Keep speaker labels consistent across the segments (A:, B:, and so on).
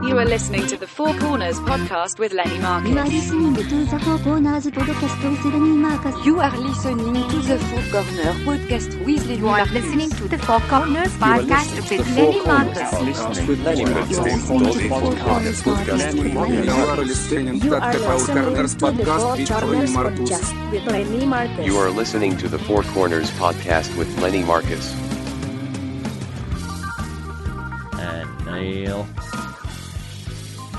A: You are listening to the Four Corners podcast with Lenny
B: You are
A: Marcus.
B: listening to the Four Corners podcast with Lenny Marcus.
C: You are listening to the Four Corner podcast with Lenny
D: You are
C: Marcus.
D: listening to the Four Corners podcast with Lenny Marcus.
E: You are listening to the Four Corners podcast with Lenny Marcus.
F: You are listening to the Four Corners podcast with Lenny Marcus.
G: And Neil.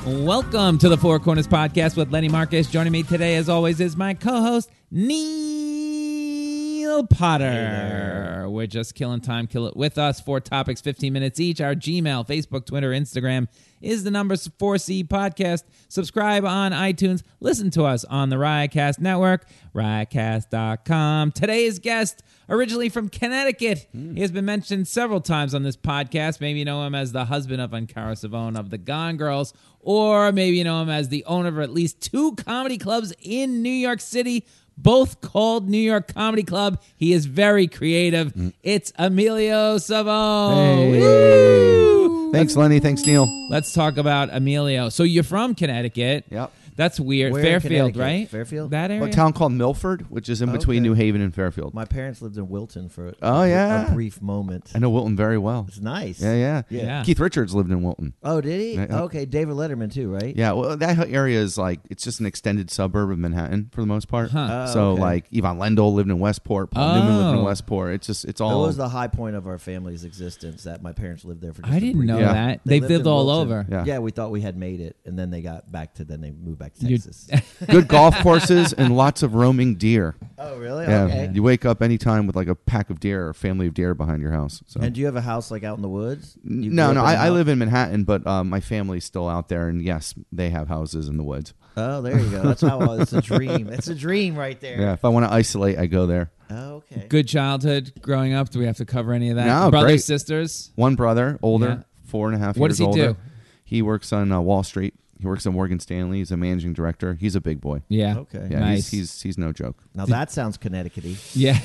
H: Welcome to the Four Corners Podcast with Lenny Marcus. Joining me today, as always, is my co host, Neil Potter. We're just killing time. Kill it with us. Four topics, 15 minutes each. Our Gmail, Facebook, Twitter, Instagram is the number 4C podcast. Subscribe on iTunes. Listen to us on the Riotcast Network, riotcast.com. Today's guest, originally from Connecticut,
G: Hmm.
H: he has been mentioned several times on this podcast. Maybe you know him as the husband of Ankara Savone of the Gone Girls, or maybe you know him as the owner of at least two comedy clubs in New York City, both called New York Comedy Club. He is very creative.
G: Hmm.
H: It's Emilio Savone. Woo!
I: Thanks, Lenny. Thanks, Neil.
H: Let's talk about Emilio. So you're from Connecticut.
I: Yep.
H: That's weird.
G: Where in
H: Fairfield,
G: Connecticut?
H: right?
G: Fairfield?
H: That area.
I: A town called Milford, which is in between
G: Okay.
I: New Haven and Fairfield.
G: My parents lived in Wilton for a,
I: Oh, yeah.
G: a brief moment.
I: I know Wilton very well.
G: It's nice.
I: Yeah, yeah,
G: Yeah.
H: Yeah.
I: Keith Richards lived in Wilton.
G: Oh, did he?
I: Yeah.
G: Okay, David Letterman too, right?
I: Yeah, well, that whole area is like it's just an extended suburb of Manhattan for the most part.
H: Huh.
G: Oh,
I: so
G: okay.
I: like Yvonne Lendl lived in Westport, Paul Newman lived
H: Oh.
I: in Westport. It's just it's
G: That
I: all
G: was the high point of our family's existence that my parents lived there for. Just
H: I
G: a
H: didn't
G: brief-
H: know
I: Yeah.
H: that. They,
G: lived
H: lived
G: in
H: all
G: Wilton.
H: over.
I: Yeah.
G: Yeah. we thought we had made it, and then they got back to then they moved back to
H: You-
G: Texas.
I: good golf courses and lots of roaming deer.
G: oh, really?
I: Yeah,
G: Okay.
I: you wake up anytime with like a pack of deer or a family of deer behind your house. So
G: And do you have a house like out in the woods? You
I: no,
G: grew
I: no,
G: up in a
I: I, I
G: house?
I: live in Manhattan, but um, my family's still out there, and yes, they have houses in the woods.
G: Oh, there you go. That's how it's a dream. It's a dream right there.
I: Yeah, if I want to isolate, I go there.
G: Oh, okay.
H: Good childhood growing up. Do we have to cover any of that?
I: No,
H: Brothers,
I: great.
H: sisters.
I: One brother, older,
H: Yeah.
I: four and a half
H: What does
I: years
H: he
I: older.
H: do?
I: He works on uh, Wall Street. He works at Morgan Stanley. He's a managing director. He's a big boy.
H: Yeah.
G: Okay.
I: Yeah,
H: nice.
I: he's, he's he's no joke.
G: Now that sounds Connecticut-y.
H: yeah.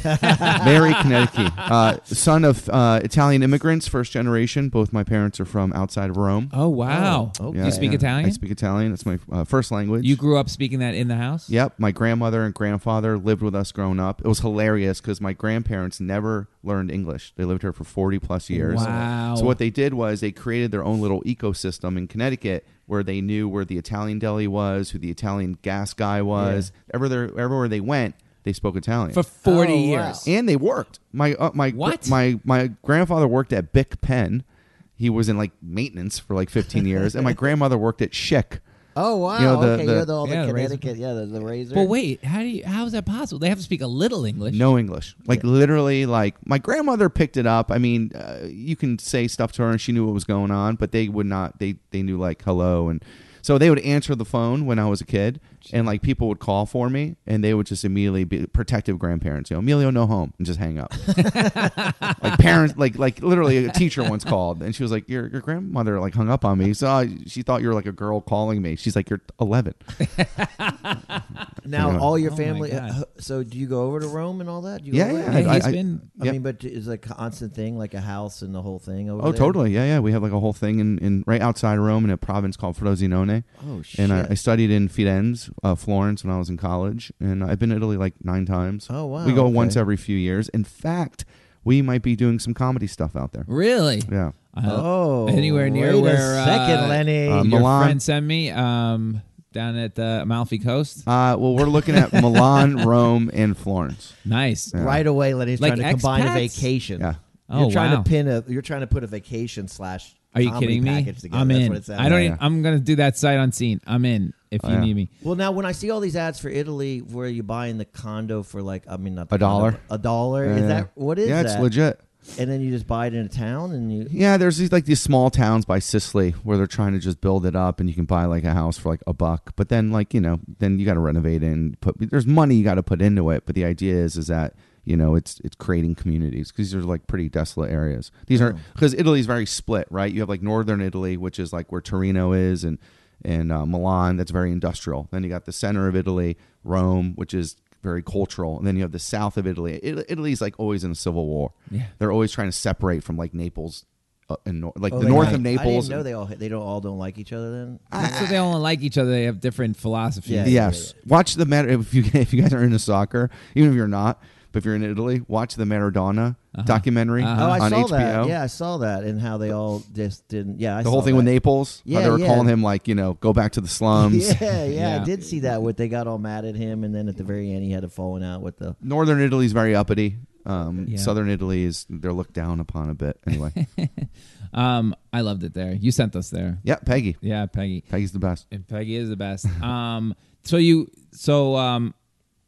I: Mary Connecticut, uh, son of uh, Italian immigrants, first generation. Both my parents are from outside of Rome.
H: Oh wow.
G: Oh, okay.
H: You speak
I: yeah.
H: Italian?
I: I speak Italian. That's my uh, first language.
H: you grew up speaking that in the house?
I: Yep, my grandmother and grandfather lived with us growing up. It was hilarious because my grandparents never learned English. They lived here for 40 plus years.
H: Wow.
I: So, what they did was they created their own little ecosystem in Connecticut where they knew where the Italian deli was, who the Italian gas guy was. Everywhere, everywhere they went, they spoke Italian.
H: For 40
G: Oh, wow.
H: years.
I: and they worked. My, uh, my,
H: What?
I: my, my grandfather worked at Bic Penn. He was in like maintenance for like 15 years. and my grandmother worked at Schick.
G: Oh wow!
I: You know, the-
G: okay,
I: the-
G: you're the, all
H: Yeah,
G: the
H: the razor.
G: Connecticut, yeah, the, the razor.
H: But wait, how do you how is that possible? They have to speak a little English.
I: No English. Like literally, like my grandmother picked it up. I mean, uh, you can say stuff to her and she knew what was going on, but they would not. They they knew like hello and so they would answer the phone when I was a kid, and like people would call for me, and they would just immediately be protective grandparents. You know, Emilio, no home, and just hang up. like parents, like like literally, a teacher once called, and she was like, "Your your grandmother like hung up on me. So uh, she thought you were like a girl calling me. She's like, you're 11.
G: now
I: Yeah.
G: all your
H: Oh, my
G: family.
H: God.
G: uh, so do you go over to Rome and all that? Do you go
I: Yeah,
G: over
I: yeah.
G: there?
H: Yeah,
I: I-
H: he's
I: I-
H: been-
G: I
I: yep.
G: mean, but is it a constant thing, like a house and the whole thing over
I: Oh,
G: there?
I: totally. Yeah, yeah. We have like a whole thing in, in right outside Rome in a province called Frosinone.
G: Oh
I: And
G: shit!
I: I, I studied in Firenze, uh, Florence, when I was in college. And I've been to Italy like nine times.
G: Oh, wow,
I: We go
G: okay.
I: once every few years. In fact, we might be doing some comedy stuff out there.
H: Really?
I: Yeah.
H: I-
G: oh,
H: anywhere near
G: wait
H: where
G: a second,
H: uh,
G: Lenny.
I: Uh,
H: your
I: Milan.
H: friend sent me um, down at the Amalfi Coast.
I: Uh, well, we're looking at Milan, Rome, and Florence.
H: Nice.
G: right away, Lenny's
H: Like
G: trying to combine a
H: expats?
G: vacation.
I: Yeah.
H: Oh,
G: you're trying
H: wow.
G: to pin a. You're trying to put a vacation slash.
H: Are you
G: comedy
H: kidding me?
G: Package together.
H: I'm
G: That's
H: in.
G: What it sounds
H: I don't.
G: like.
H: Even, I'm gonna do that sight unseen. I'm in. If you
I: Oh, yeah.
H: need me.
G: Well, now when I see all these ads for Italy, where you buying the condo for like, I mean, not the
I: A
G: condo,
I: dollar?
G: but a dollar.
I: Yeah.
G: Is that what is
I: Uh, Yeah,
G: that?
I: it's legit.
G: And then you just buy it in a town, and you
I: Yeah, there's these like these small towns by Sicily where they're trying to just build it up, and you can buy like a house for like a buck. But then like you know, then you got to renovate it and put. There's money you got to put into it, but the idea is is that you know it's it's creating communities because these are like pretty desolate areas. These are because Italy's very split, right? You have like northern Italy, which is like where Torino is, and and uh, Milan, that's very industrial. Then you got the center of Italy, Rome, which is very cultural, and then you have the south of Italy. It- Italy's like always in a civil war. Yeah. They're always trying to separate from like Naples uh, in nor- like
J: Oh,
I: the
J: they
I: north
J: like-
I: of
J: I didn't
I: Naples.
J: know they all they don't all don't like each other. Then
H: so they all like each other. They have different philosophies.
J: Yeah.
I: yes, watch the matter. If you if you guys are into soccer, even if you're not, but if you're in Italy, watch the Maradona documentary
H: Uh-huh.
J: oh, I
I: on
J: saw
I: HBO.
J: that. Yeah, I saw that, and how they all just didn't. Yeah, I
I: the whole
J: saw
I: thing with
J: that.
I: Naples, how
J: Yeah,
I: they were
J: yeah.
I: calling him like you know go back to the slums.
J: Yeah, yeah,
H: Yeah.
J: I did see that. What they got all mad at him, and then at the very end, he had a falling out with the.
I: Northern Italy is very uppity. Um,
H: Yeah.
I: Southern Italy is they're looked down upon a bit. Anyway,
H: Um, I loved it there. You sent us there.
I: yeah, Peggy,
H: Yeah, Peggy.
I: Peggy's the best.
H: And Peggy is the best. Um, so you, so um,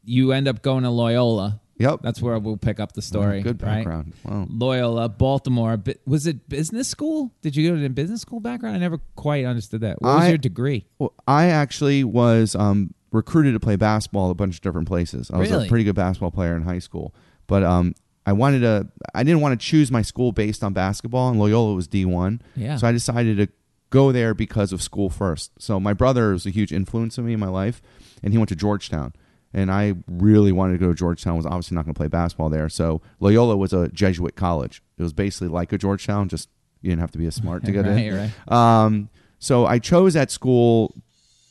H: you end up going to Loyola.
I: Yep,
H: That's where we'll pick up the story.
I: good
H: right?
I: background. Wow.
H: Loyola, Baltimore. Bi- Was it business school? Did you go to a business school background? I never quite understood that. What was
I: I-
H: your degree?
I: Well, I actually was um, recruited to play basketball at a bunch of different places. I was
H: Really?
I: a pretty good basketball player in high school, but um, I wanted to. I didn't want to choose my school based on basketball, and Loyola was D one.
H: Yeah.
I: So I decided to go there because of school first. So my brother was a huge influence on me in my life, and he went to Georgetown. And I really wanted to go to Georgetown. Was obviously not going to play basketball there. So Loyola was a Jesuit college. It was basically like a Georgetown, just you didn't have to be as smart to get
H: Right,
I: in.
H: right.
I: Um, so I chose that school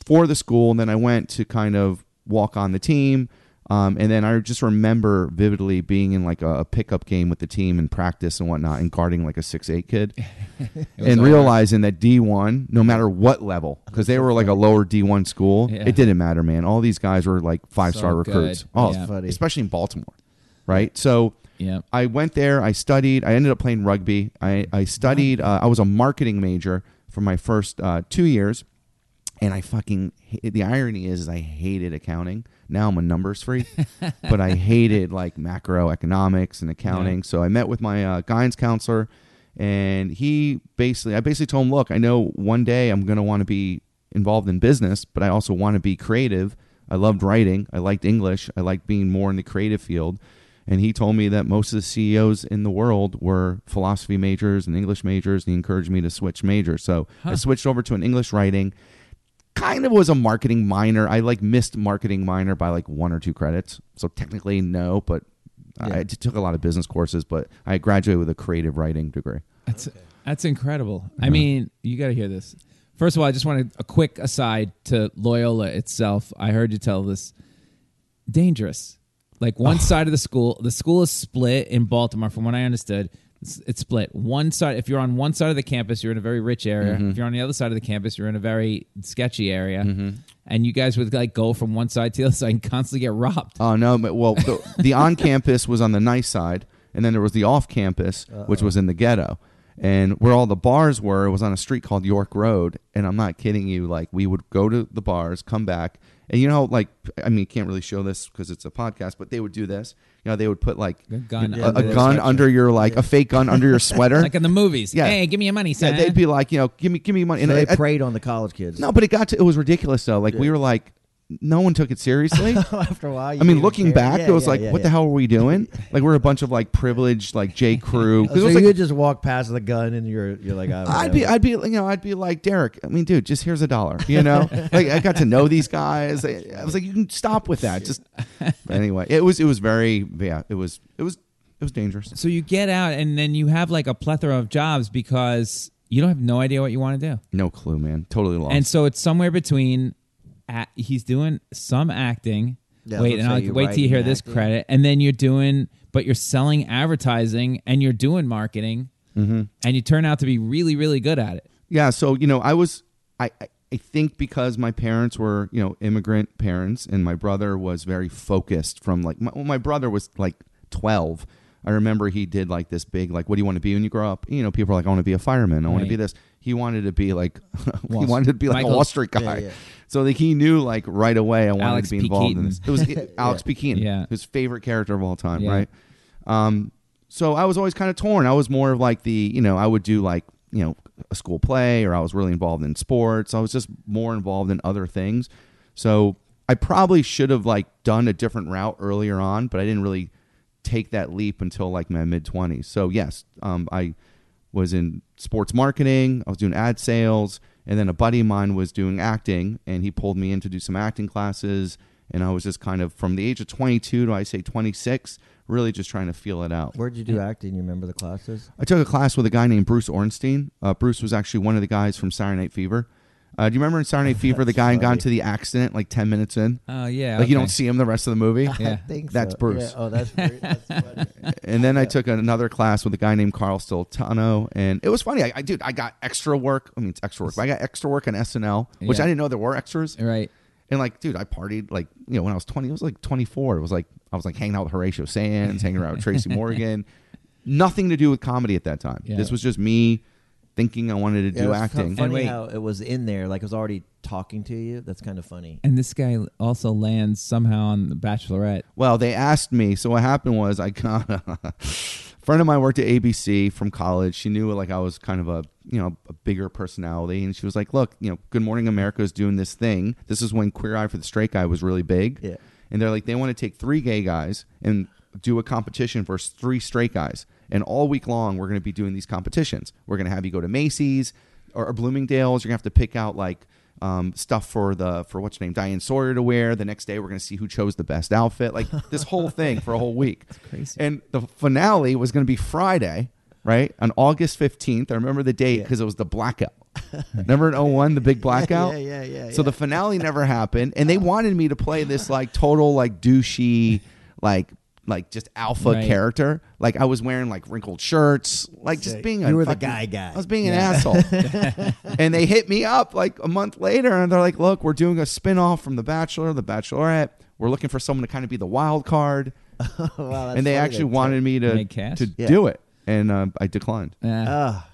I: for the school, and then I went to kind of walk on the team. Um, and then I just remember vividly being in like a, a pickup game with the team and practice and whatnot, and guarding like a six eight kid,
H: was
I: and
H: over.
I: realizing that D one, no matter what level, because they were like a lower D one school,
H: Yeah.
I: it didn't matter, man. All these guys were like five star
H: So
I: recruits.
H: good.
I: Oh,
H: Yeah.
J: Funny.
I: especially in Baltimore, right? So
H: Yeah.
I: I went there. I studied. I ended up playing rugby. I, I studied. Uh, I was a marketing major for my first uh, two years, and I fucking. ha- The irony is, is I hated accounting. Now I'm a numbers freak, but I hated like macroeconomics and accounting. So I met with my uh, guidance counselor, and he basically, I basically told him, look, I know one day I'm going to want to be involved in business, but I also want to be creative. I loved writing. I liked English. I liked being more in the creative field. And he told me that most of the CEOs in the world were philosophy majors and English majors, and he encouraged me to switch majors. So I switched over to an English writing. Kind of was a marketing minor. I like missed marketing minor by like one or two credits. So technically, no, but I t- took a lot of business courses, but I graduated with a creative writing degree.
H: That's that's incredible. I mean, you got to hear this. First of all, I just wanted a quick aside to Loyola itself. I heard you tell this dangerous. Like
I: Oh.
H: one side of the school, the school is split in Baltimore. From what I understood, it's, it's split. One side, if you're on one side of the campus, you're in a very rich area.
I: Mm-hmm.
H: If you're on the other side of the campus, you're in a very sketchy area. And you guys would like go from one side to the other side and constantly get robbed.
I: Oh no! but- Well, the, the on campus was on the nice side, and then there was the off campus, which was in the ghetto. And where all the bars were, it was on a street called York Road. And I'm not kidding you. Like we would go to the bars, come back, and you know, like I mean, you can't really show this because it's a podcast, but they would do this. You know, they would put like
H: A gun
I: a,
H: under
I: a
H: their
I: gun
H: sweatshirt.
I: under your like a fake gun under your sweater.
H: Like in the movies.
I: Yeah.
H: Hey, give me your money,
I: yeah,
H: son.
I: they'd be like, you know, give me, give me money.
J: So
I: And
J: they
I: at-
J: preyed on the college kids.
I: no, but it got to it was ridiculous though. Like we were like, no one took it seriously.
J: after a while, you
I: I mean,
J: didn't
I: looking
J: care.
I: back,
J: Yeah,
I: it was
J: yeah,
I: like,
J: yeah,
I: what
J: yeah.
I: the hell were we doing? like, we're a bunch of like privileged, like J. Crew. 'Cause it
J: Oh, So
I: was
J: you
I: like-
J: would just walk past the gun, and you're you're like, "Oh, I
I: I'd be, I'd be, you know, I'd be like Derek. I mean, dude, just here's a dollar. You know, like I got to know these guys. I, I was like, you can stop with that. Just but anyway, it was, it was very, yeah, it was, it was, it was dangerous.
H: So you get out, and then you have like a plethora of jobs because you don't have no idea what you want to do.
I: No clue, man. Totally lost.
H: And so it's somewhere between. At, he's doing some acting.
J: Yeah, I was
H: wait,
J: gonna
H: and I'll
J: say, you're
H: wait till you
J: writing,
H: hear this
J: acting.
H: credit, and then you're doing, but you're selling advertising, and you're doing marketing,
J: Mm-hmm.
H: and you turn out to be really, really good at it.
I: yeah so you know i was I, I i think because my parents were you know immigrant parents and my brother was very focused from like my, when my brother was like 12 i remember he did like this big like what do you want to be when you grow up you know people are like i want to be a fireman i want
H: Right.
I: to be this he wanted to be like he
H: Wall-
I: wanted to be like
H: Michael-
I: a wall street guy
J: Yeah, yeah.
I: so like he knew like right away i wanted
H: Alex
I: to be
H: P.
I: involved
H: Keaton.
I: in this it was alex p Keaton,
H: Yeah.
I: his favorite character of all time
H: Yeah.
I: right um, so I was always kind of torn. I was more of like the, you know, I would do like, you know, a school play or I was really involved in sports. I was just more involved in other things. So I probably should have like done a different route earlier on, but I didn't really take that leap until like my mid 20s. So yes, um, I was in sports marketing, I was doing ad sales, and then a buddy of mine was doing acting and he pulled me in to do some acting classes and I was just kind of from the age of 22 to I say 26 really just trying to feel it out.
J: Where'd you do acting? You remember the classes?
I: I took a class with a guy named Bruce Ornstein. Uh, Bruce was actually one of the guys from Saturday Night Fever. Uh, do you remember in Saturday Night Fever, the guy got into the accident like 10 minutes in?
H: Oh yeah.
I: like you
H: okay.
I: don't see him the rest of the movie?
H: Yeah.
J: think
I: That's
J: so.
I: Bruce.
J: Yeah. Oh, that's weird. That's funny.
I: and then I took another class with a guy named Carl Stiltano, and it was funny. I, I dude, I got extra work. I mean, it's extra work. But I got extra work on SNL, which
H: Yeah.
I: I didn't know there were extras.
H: Right.
I: And like, dude, I partied like you know when I was twenty. I was like twenty four. It was like I was like hanging out with Horatio Sands, hanging around with Tracy Morgan. Nothing to do with comedy at that time.
H: Yeah.
I: This was just me thinking I wanted to
J: Yeah,
I: do
J: it's kind of
I: acting.
J: Funny
H: And wait.
J: how it was in there, like it was already talking to you. That's kind of funny.
H: And this guy also lands somehow on The Bachelorette.
I: Well, they asked me. So what happened was I got a friend of mine worked at ABC from college. She knew like I was kind of a you know a bigger personality, and she was like, "Look, you know, Good Morning America is doing this thing. This is when Queer Eye for the Straight Guy was really big.
J: Yeah.
I: And they're like, they want to take three gay guys and do a competition versus three straight guys, and all week long we're going to be doing these competitions. We're going to have you go to Macy's or, or Bloomingdale's. You're going to have to pick out like um, stuff for the for what's her name Diane Sawyer to wear. The next day, we're going to see who chose the best outfit. Like this whole thing for a whole week.
H: crazy.
I: And the finale was going to be Friday, right on August fifteenth. I remember the date because it was the blackout. remember in 01, the big blackout.
J: yeah, yeah,
I: So the finale never happened, and they wanted me to play this like total like douchey like. Like just alpha
H: Right.
I: character, like I was wearing like wrinkled shirts, like just being a
J: You were the
I: fucking-
J: guy guy.
I: I was being an asshole and they hit me up like a month later and they're like look we're doing a spin-off from the bachelor the bachelorette we're looking for someone to kind of be the wild card
J: Wow, that's
I: and they
J: funny
I: actually
J: that-
I: wanted me to
H: Make cast?
I: to
J: Yeah.
I: do it and uh, i declined
H: Yeah.
J: Ah,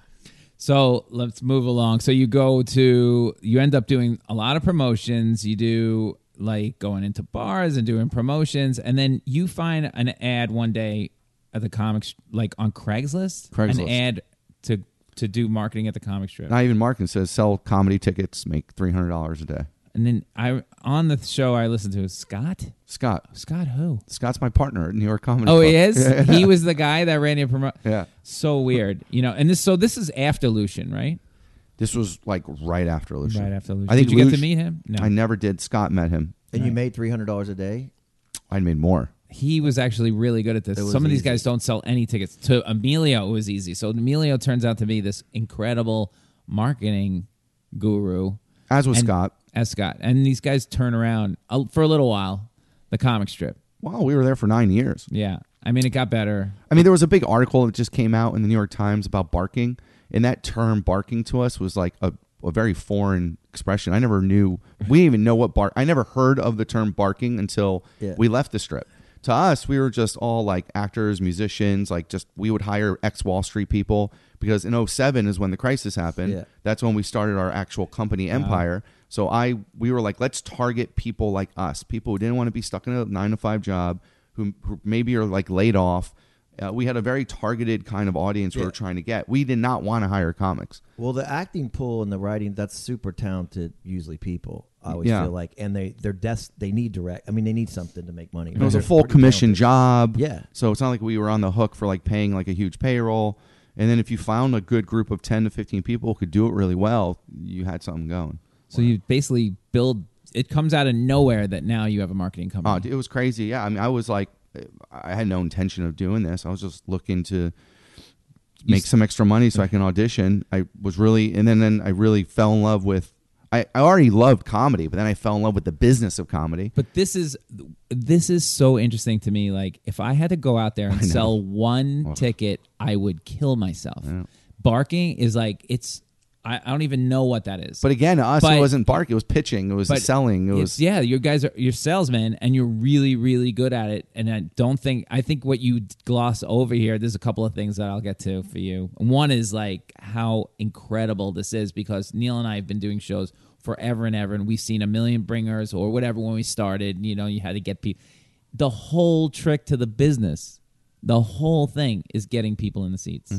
H: So let's move along. So you go to, you end up doing a lot of promotions. You do like going into bars and doing promotions, and then you find an ad one day at the comics, like on Craigslist, an
I: Craigslist.
H: ad to to do marketing at the comic strip.
I: not even marking says sell comedy tickets make $300 a day
H: and then I on the show I listened to Scott,
I: scott
H: Scott who?
I: scott's my partner at new york comedy
H: Oh,
I: Club.
H: he is. He was the guy that ran your promo.
I: Yeah.
H: So weird, you know. And this, so this is after Lucian, right?
I: this was like right after lucian
H: Right after Lucian.
I: i think
H: Did you get to
I: Lucian-
H: meet him? No.
I: i never did scott met him
J: and you made three hundred dollars a day.
I: i made more
H: he was actually really good at this.
J: was
H: Some of these
J: easy.
H: guys don't sell any tickets. To Emilio, it was easy. So Emilio turns out to be this incredible marketing guru.
I: as was
H: And-
I: scott
H: As Scott. And these guys turn around uh, for a little while the comic strip.
I: wow we were there for nine years
H: Yeah. I mean, it got better.
I: I mean, there was a big article that just came out in the New York Times about barking, and that term "barking" to us was like a, a very foreign expression. I never knew. We didn't even know what bark. I never heard of the term "barking" until
J: Yeah.
I: we left the strip. To us, we were just all like actors, musicians, like just we would hire ex Wall Street people because in 07 is when the crisis happened.
J: Yeah.
I: That's when we started our actual company empire. So I we were like, let's target people like us, people who didn't want to be stuck in a nine to five job, who, who maybe are like laid off. Uh, we had a very targeted kind of audience we
J: Yeah.
I: were trying to get. We did not want to hire comics.
J: Well, the acting pool and the writing—that's super talented. Usually, people I always
I: Yeah.
J: feel like, and they they're des- they need direct. I mean, they need something to make money.
I: It was a
J: They're
I: full
J: pretty
I: commission
J: talented.
I: job.
J: Yeah.
I: So it's not like we were on the hook for like paying like a huge payroll. And then if you found a good group of ten to fifteen people who could do it really well, you had something going.
H: So you basically build, it comes out of nowhere that now you have a marketing
I: Oh,
H: company.
I: dude, it was crazy. Yeah, I mean, I was like, I had no intention of doing this. I was just looking to make some extra money so I can audition. I was really, and then, then I really fell in love with. I, I already loved comedy, but then I fell in love with the business of comedy.
H: But this is this is so interesting to me. Like if I had to go out there and sell one ticket, I would kill myself. Barking is like it's I, I don't even know what that is.
I: But again, to us,
H: But-
I: it wasn't bark. It was pitching. It was
H: But
I: selling. It
H: it's-
I: was
H: yeah. You guys are you're salesmen and you're really really good at it. And I don't think I think what you gloss over here. There's a couple of things that I'll get to for you. One is like how incredible this is because Neil and I have been doing shows forever and ever, and we've seen a million bringers or whatever when we started. You know, you had to get people. The whole trick to the business, the whole thing is getting people in the seats.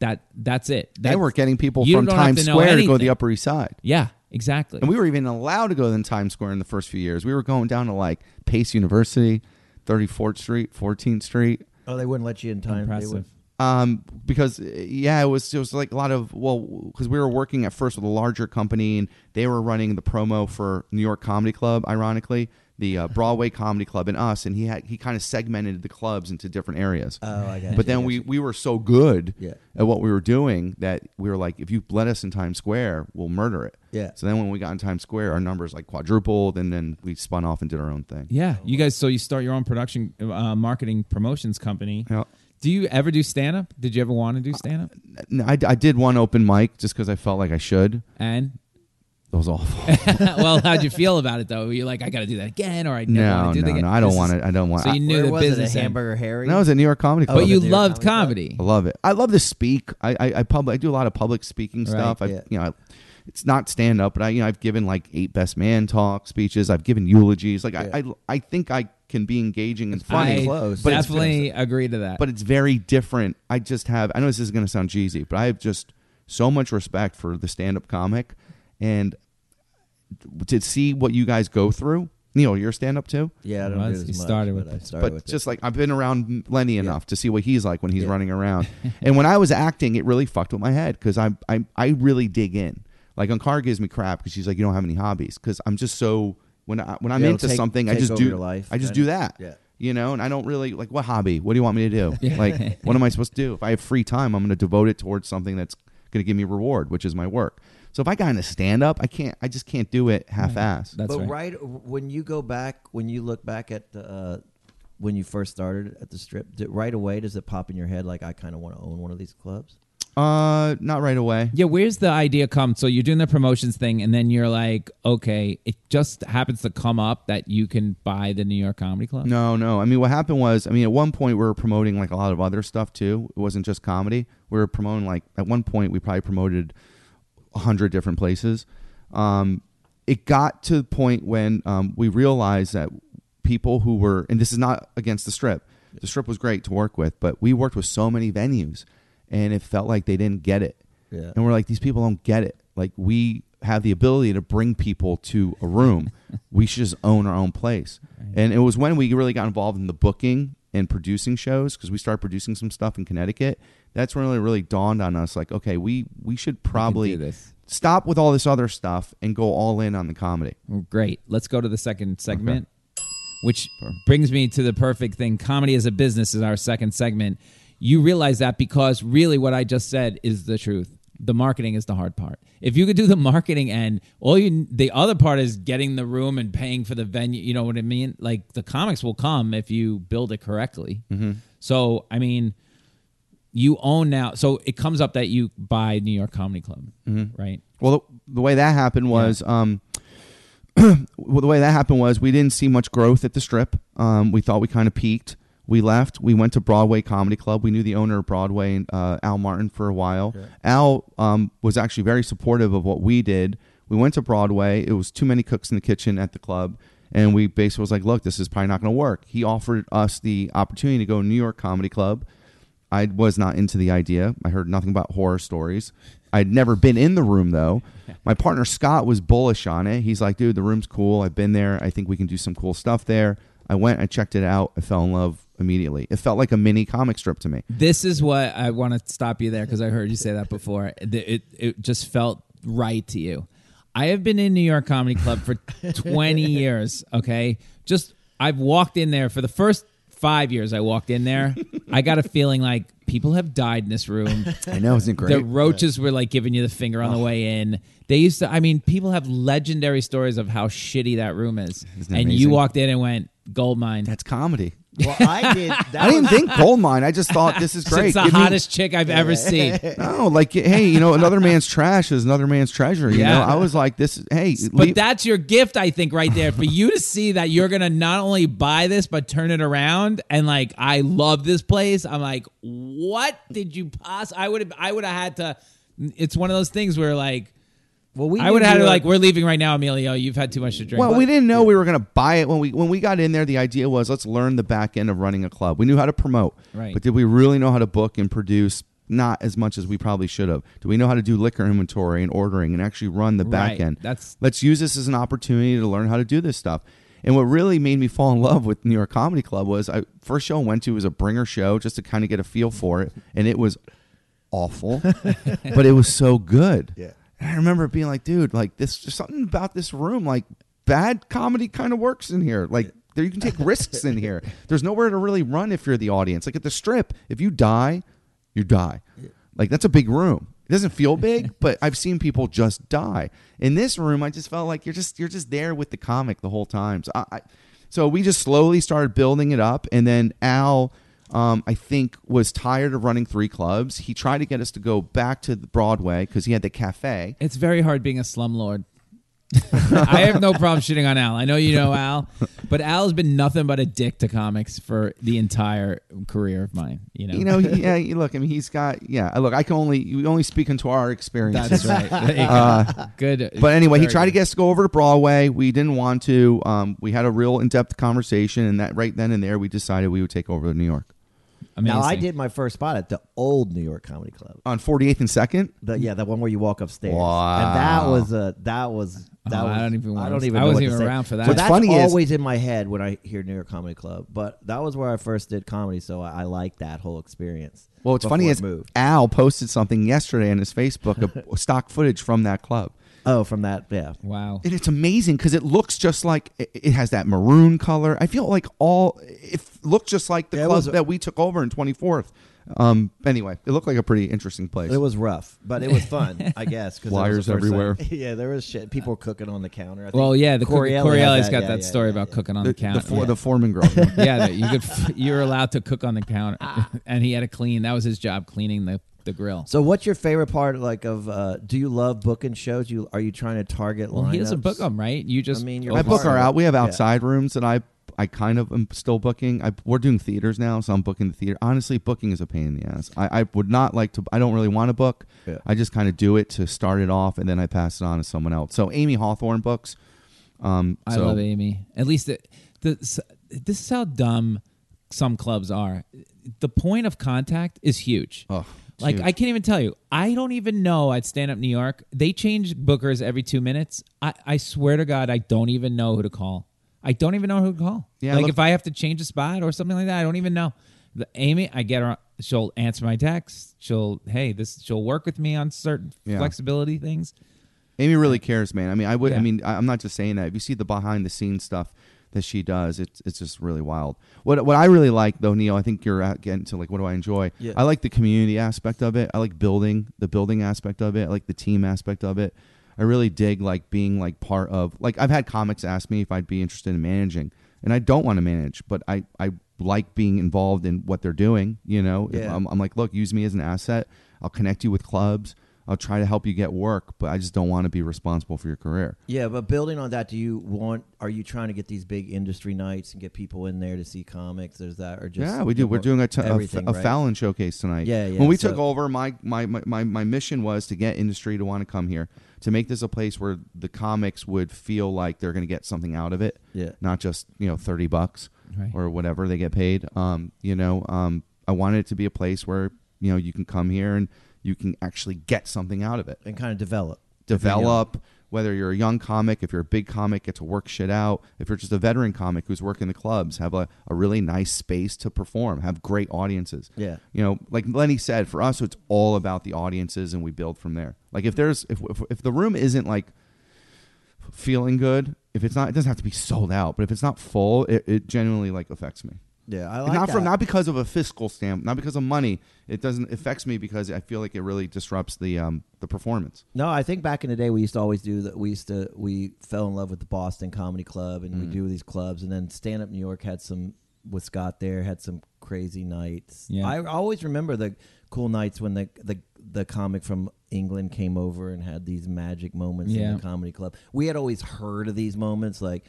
H: That that's it. That's,
I: Mm-hmm. they were getting people
H: you
I: from
H: don't have
I: Times
H: to know
I: Square to go to
H: anything.
I: the Upper East Side.
H: Yeah, exactly.
I: And we were even allowed to go in Times Square in the first few years. We were going down to like Pace University, 34th Street, 14th Street.
J: Oh, they wouldn't let you in time. They
H: Impressive.
J: would-
I: um, because uh, yeah, it was it was like a lot of well, because we were working at first with a larger company and they were running the promo for New York Comedy Club. Ironically, the uh, Broadway Comedy Club and us, and he had he kind of segmented the clubs into different areas.
J: Oh, I got you,
I: But then
J: got
I: we we were so good
J: Yeah.
I: at what we were doing that we were like, if you let us in Times Square, we'll murder it.
J: Yeah.
I: So then when we got in Times Square, our numbers like quadrupled, and then we spun off and did our own thing.
H: Yeah, you guys. So you start your own production, uh, marketing, promotions company.
I: Yeah. Uh,
H: Do you ever do stand up? Did you ever want to do stand up?
I: No, I, I did one open mic just because I felt like I should.
H: And
I: That was awful.
H: well, how'd you feel about it though? Were you like, I got to do that again, or I never
I: no,
H: want to do that
I: no,
H: again?
I: no. I don't
H: This
I: want
H: is-
I: it. I don't want.
H: So
I: I-
H: you Oh, knew
J: Where
H: the
J: was
H: business
J: it, a
H: end.
J: Hamburger Harry?
I: No, it was at New York Comedy Club.
H: But you
J: New York
H: loved
J: Comedy
H: comedy.
I: I love it. I love to speak. I I, I public. I do a lot of public speaking stuff. I
J: yeah.
I: you know, I, it's not stand up, but I you know I've given like eight best man talk speeches. I've given eulogies. Like I, I I think I can be engaging and funny.
H: I
J: Close.
I: But it's-
H: definitely agree to that.
I: but it's very different. I just have. I know this is going to sound cheesy, but I have just so much respect for the stand-up comic, and to see what you guys go through. Neil, you're stand-up too,
J: Yeah, I don't
H: Well,
J: do
H: he
J: it as much.
H: started with
J: but I
H: it.
J: started
I: but
J: with it.
I: just like I've been around Lenny enough to see what he's like when he's running around. and when I was acting, it really fucked with my head because I I I really dig in. Like Ankara gives me crap because she's like, you don't have any hobbies because I'm just so when I when I'm
J: Yeah, it'll
I: into
J: take-
I: something, I
J: take
I: just
J: over
I: do
J: your life,
I: I just
J: kinda.
I: do that.
J: Yeah.
I: You know, and I don't really like what hobby. What do you want me to do? like, what am I supposed to do? If I have free time, I'm going to devote it towards something that's going to give me reward, which is my work. So if I got into stand up, I can't. I just can't do it half assed.
H: That's
J: but
H: right.
J: right. when you go back, when you look back at the, uh, when you first started at the strip, did, right away does it pop in your head like I kind of want to own one of these clubs?
I: Uh, not right away.
H: Yeah, where's the idea come? So you're doing the promotions thing, and then you're like, okay, it just happens to come up that you can buy the New York Comedy Club.
I: No, no. I mean, what happened was, I mean, at one point we were promoting like a lot of other stuff too. It wasn't just comedy. We were promoting like at one point we probably promoted a hundred different places. Um, it got to the point when um, we realized that people who were, and this is not against the strip. The strip was great to work with, but we worked with so many venues, and it felt like they didn't get it.
J: Yeah.
I: And we're like, these people don't get it. Like we have the ability to bring people to a room. we should just own our own place. And it was when we really got involved in the booking and producing shows because we started producing some stuff in Connecticut. That's when it really dawned on us, like, okay, we we should probably
H: do this.
I: stop with all this other stuff and go all in on the comedy.
H: Great. Let's go to the second segment, which brings me to the perfect thing. Comedy as a business is our second segment. You realize that because really what I just said is the truth. The marketing is the hard part. If you could do the marketing end, all you the other part is getting the room and paying for the venue. You know what I mean? Like the comics will come if you build it correctly. So I mean, you own now. So it comes up that you buy New York Comedy Club, right?
I: Well, the, the way that happened was, um, well, the way that happened was we didn't see much growth at the strip. Um, we thought we kind of peaked. We left. We went to Broadway Comedy Club. We knew the owner of Broadway, uh, Al Martin, for a while. Al um, was actually very supportive of what we did. We went to Broadway. It was too many cooks in the kitchen at the club. And we basically was like, look, this is probably not going to work. He offered us the opportunity to go to New York Comedy Club. I was not into the idea. I heard nothing about horror stories. I'd never been in the room though. My partner Scott was bullish on it. He's like, dude, the room's cool. I've been there. I think we can do some cool stuff there. I went, I checked it out. I fell in love immediately. It felt like a mini comic strip to me.
H: This is what I want to stop you there because I heard you say that before. It, it it just felt right to you. I have been in New York Comedy Club for 20 years, okay? Just I've walked in there for the first 5 years I walked in there. I got a feeling like people have died in this room.
I: I know, isn't it great?
H: The roaches were like giving you the finger on the way in. They used to. I mean, people have legendary stories of how shitty that room is.
I: Isn't it
H: and you
I: amazing?
H: walked in and went gold mine.
I: That's comedy.
J: Well, I did. That
I: I didn't
J: was-
I: think Goldmine. I just thought this is great.
H: It's the
I: Give me-
H: hottest chick I've ever seen.
I: no, like hey, you know, another man's trash is another man's treasure. You
H: Yeah.
I: know, I was like, this. is- Hey,
H: But
I: leave-
H: that's your gift, I think, right there. For you to see that you're gonna not only buy this but turn it around, and like I love this place. I'm like, what did you pass? I would have, I would have had to. It's one of those things where like
J: Well, we
H: I would
J: knew
H: have had
J: you
H: to
J: were-
H: like we're leaving right now, Emilio. You've had too much to drink.
I: Well, we didn't know we were going to buy it when we when we got in there. The idea was let's learn the back end of running a club. We knew how to promote,
H: Right.
I: But did we really know how to book and produce? Not as much as we probably should have. Do we know how to do liquor inventory and ordering and actually run the back
H: Right.
I: end?
H: That's-
I: let's use this as an opportunity to learn how to do this stuff. And what really made me fall in love with New York Comedy Club was I first show I went to was a bringer show just to kind of get a feel for it, and it was awful, but it was so good.
J: Yeah.
I: And I remember being like, dude, like this, there's something about this room. Like, bad comedy kind of works in here. Like there, you can take risks in here. There's nowhere to really run if you're the audience. Like at the strip, if you die, you die. Like that's a big room. It doesn't feel big, but I've seen people just die. In this room, I just felt like you're just you're just there with the comic the whole time. So, I, I, so we just slowly started building it up, and then Al, um, I think, was tired of running three clubs. He tried to get us to go back to the Broadway because he had the cafe.
H: It's very hard being a slumlord. I have no problem shitting on Al. I know you know Al, but Al has been nothing but a dick to comics for the entire career of mine. You know,
I: You know, he- yeah. you Look, I mean, he's got yeah. uh, look, I can only we only speak into our experiences.
H: that's right. There you go. Good.
I: Uh, But anyway, he
H: Very
I: tried to
H: good.
I: get us to go over to Broadway. We didn't want to. Um, we had a real in-depth conversation, and that right then and there, we decided we would take over to New York
H: Amazing.
G: Now I did my first spot at the old New York Comedy Club.
I: on 48th and Second.
G: The, yeah, the one where you walk upstairs.
I: Wow.
G: And that was a that was that
H: Oh,
G: was
H: I don't even
G: I
H: wanna-
G: don't even
H: I
G: know
H: wasn't
G: what to
H: even
G: say.
H: around for that.
G: So
H: What's
G: that's
I: funny is-
G: always in my head when I hear New York Comedy Club. But that was where I first did comedy, so I, I like that whole experience.
I: Well, what's
G: before
I: funny
G: it
I: is
G: moved.
I: Al posted something yesterday on his Facebook of stock footage from that club.
G: Oh, from that yeah.
H: Wow.
I: And it's amazing because it looks just like it, it has that maroon color. I feel like all it looked just like the
G: Yeah, it
I: club
G: was a-
I: that we took over in 24th. Um, anyway, it looked like a pretty interesting place.
G: It was rough, but it was fun, I guess. 'cause it was the
I: Wires
G: first time-
I: everywhere.
G: yeah, there was shit. People were cooking on the counter. I think
H: Well, yeah, the Corey
G: Coriolis
H: Coriolis
G: had
H: got
G: yeah,
H: that
G: yeah,
H: story
G: yeah,
H: about
G: yeah.
H: cooking on
I: the,
H: the,
I: the,
H: counter.
I: for-
H: yeah.
I: the Foreman girl.
H: yeah, that you could. f- You're allowed to cook on the counter, and he had to clean. That was his job, cleaning the the grill.
G: So, what's your favorite part? Like, of uh, do you love booking shows? You are you trying to target?
H: Well, he doesn't
G: lineups?
H: book them, right? You just.
G: mean, you're
I: I
H: open-
I: book
G: Tomorrow.
I: our out. We have
G: Yeah.
I: outside rooms that I I kind of am still booking. I we're doing theaters now, so I'm booking the theater. Honestly, booking is a pain in the ass. I, I would not like to. I don't really want to book.
G: Yeah.
I: I just kind of do it to start it off, and then I pass it on to someone else. So Amy Hawthorne books. Um,
H: I
I: so-
H: love Amy. At least it, the, s- this is how dumb some clubs are. The point of contact is huge.
I: Oh, it's
H: like
I: huge.
H: I can't even tell you. I don't even know at Stand Up New York. They change bookers every two minutes. I, I swear to God, I don't even know who to call. I don't even know who to call.
I: Yeah, I
H: like
I: look-
H: if I have to change a spot or something like that, I don't even know. The, Amy, I get her. She'll answer my text. She'll hey, this. She'll work with me on certain
I: Yeah.
H: flexibility things.
I: Amy really cares, man. I mean, I would. I
H: Yeah.
I: mean, I- I'm not just saying that. If you see the behind the scenes stuff that she does, it's it's just really wild. What what I really like though, Neil, I think you're at getting to like what do I enjoy?
G: Yeah.
I: I like the community aspect of it. I like building the building aspect of it. I like the team aspect of it. I really dig like being like part of like I've had comics ask me if I'd be interested in managing, and I don't want to manage, but I I like being involved in what they're doing. You know, If
G: Yeah.
I: I'm, I'm like, look, use me as an asset. I'll connect you with clubs. I'll try to help you get work, but I just don't want to be responsible for your career.
G: Yeah, but building on that, do you want? Are you trying to get these big industry nights and get people in there to see comics? There's that, or just
I: yeah, we do. We're doing a, t- a,
G: everything,
I: a
G: right?
I: Fallon showcase tonight.
G: Yeah, yeah,
I: When we
G: so-
I: took over, my, my my my my mission was to get industry to want to come here, to make this a place where the comics would feel like they're going to get something out of it.
G: Yeah.
I: not just you know thirty bucks
H: Right.
I: or whatever they get paid. Um, you know, um, I wanted it to be a place where you know you can come here and you can actually get something out of it.
G: and kind of develop.
I: develop whether you're a young comic if you're a big comic get to work shit out if you're just a veteran comic who's working the clubs have a, a really nice space to perform have great audiences
G: Yeah.
I: you know like lenny said for us it's all about the audiences and we build from there like if there's if, if, if the room isn't like feeling good if it's not it doesn't have to be sold out but if it's not full it, it genuinely like affects me
G: Yeah, I like
I: not
G: that.
I: from not because of a fiscal stamp not because of money it doesn't affects me because i feel like it really disrupts the um the performance
G: No, I think back in the day we used to always do that. We used to we fell in love with the Boston Comedy Club, and we
H: Mm.
G: do these clubs, and then Stand Up New York had some with Scott there had some crazy nights.
H: Yeah.
G: I always remember the cool nights when the the the comic from England came over and had these magic moments in
H: Yeah.
G: the comedy club. We had always heard of these moments, like.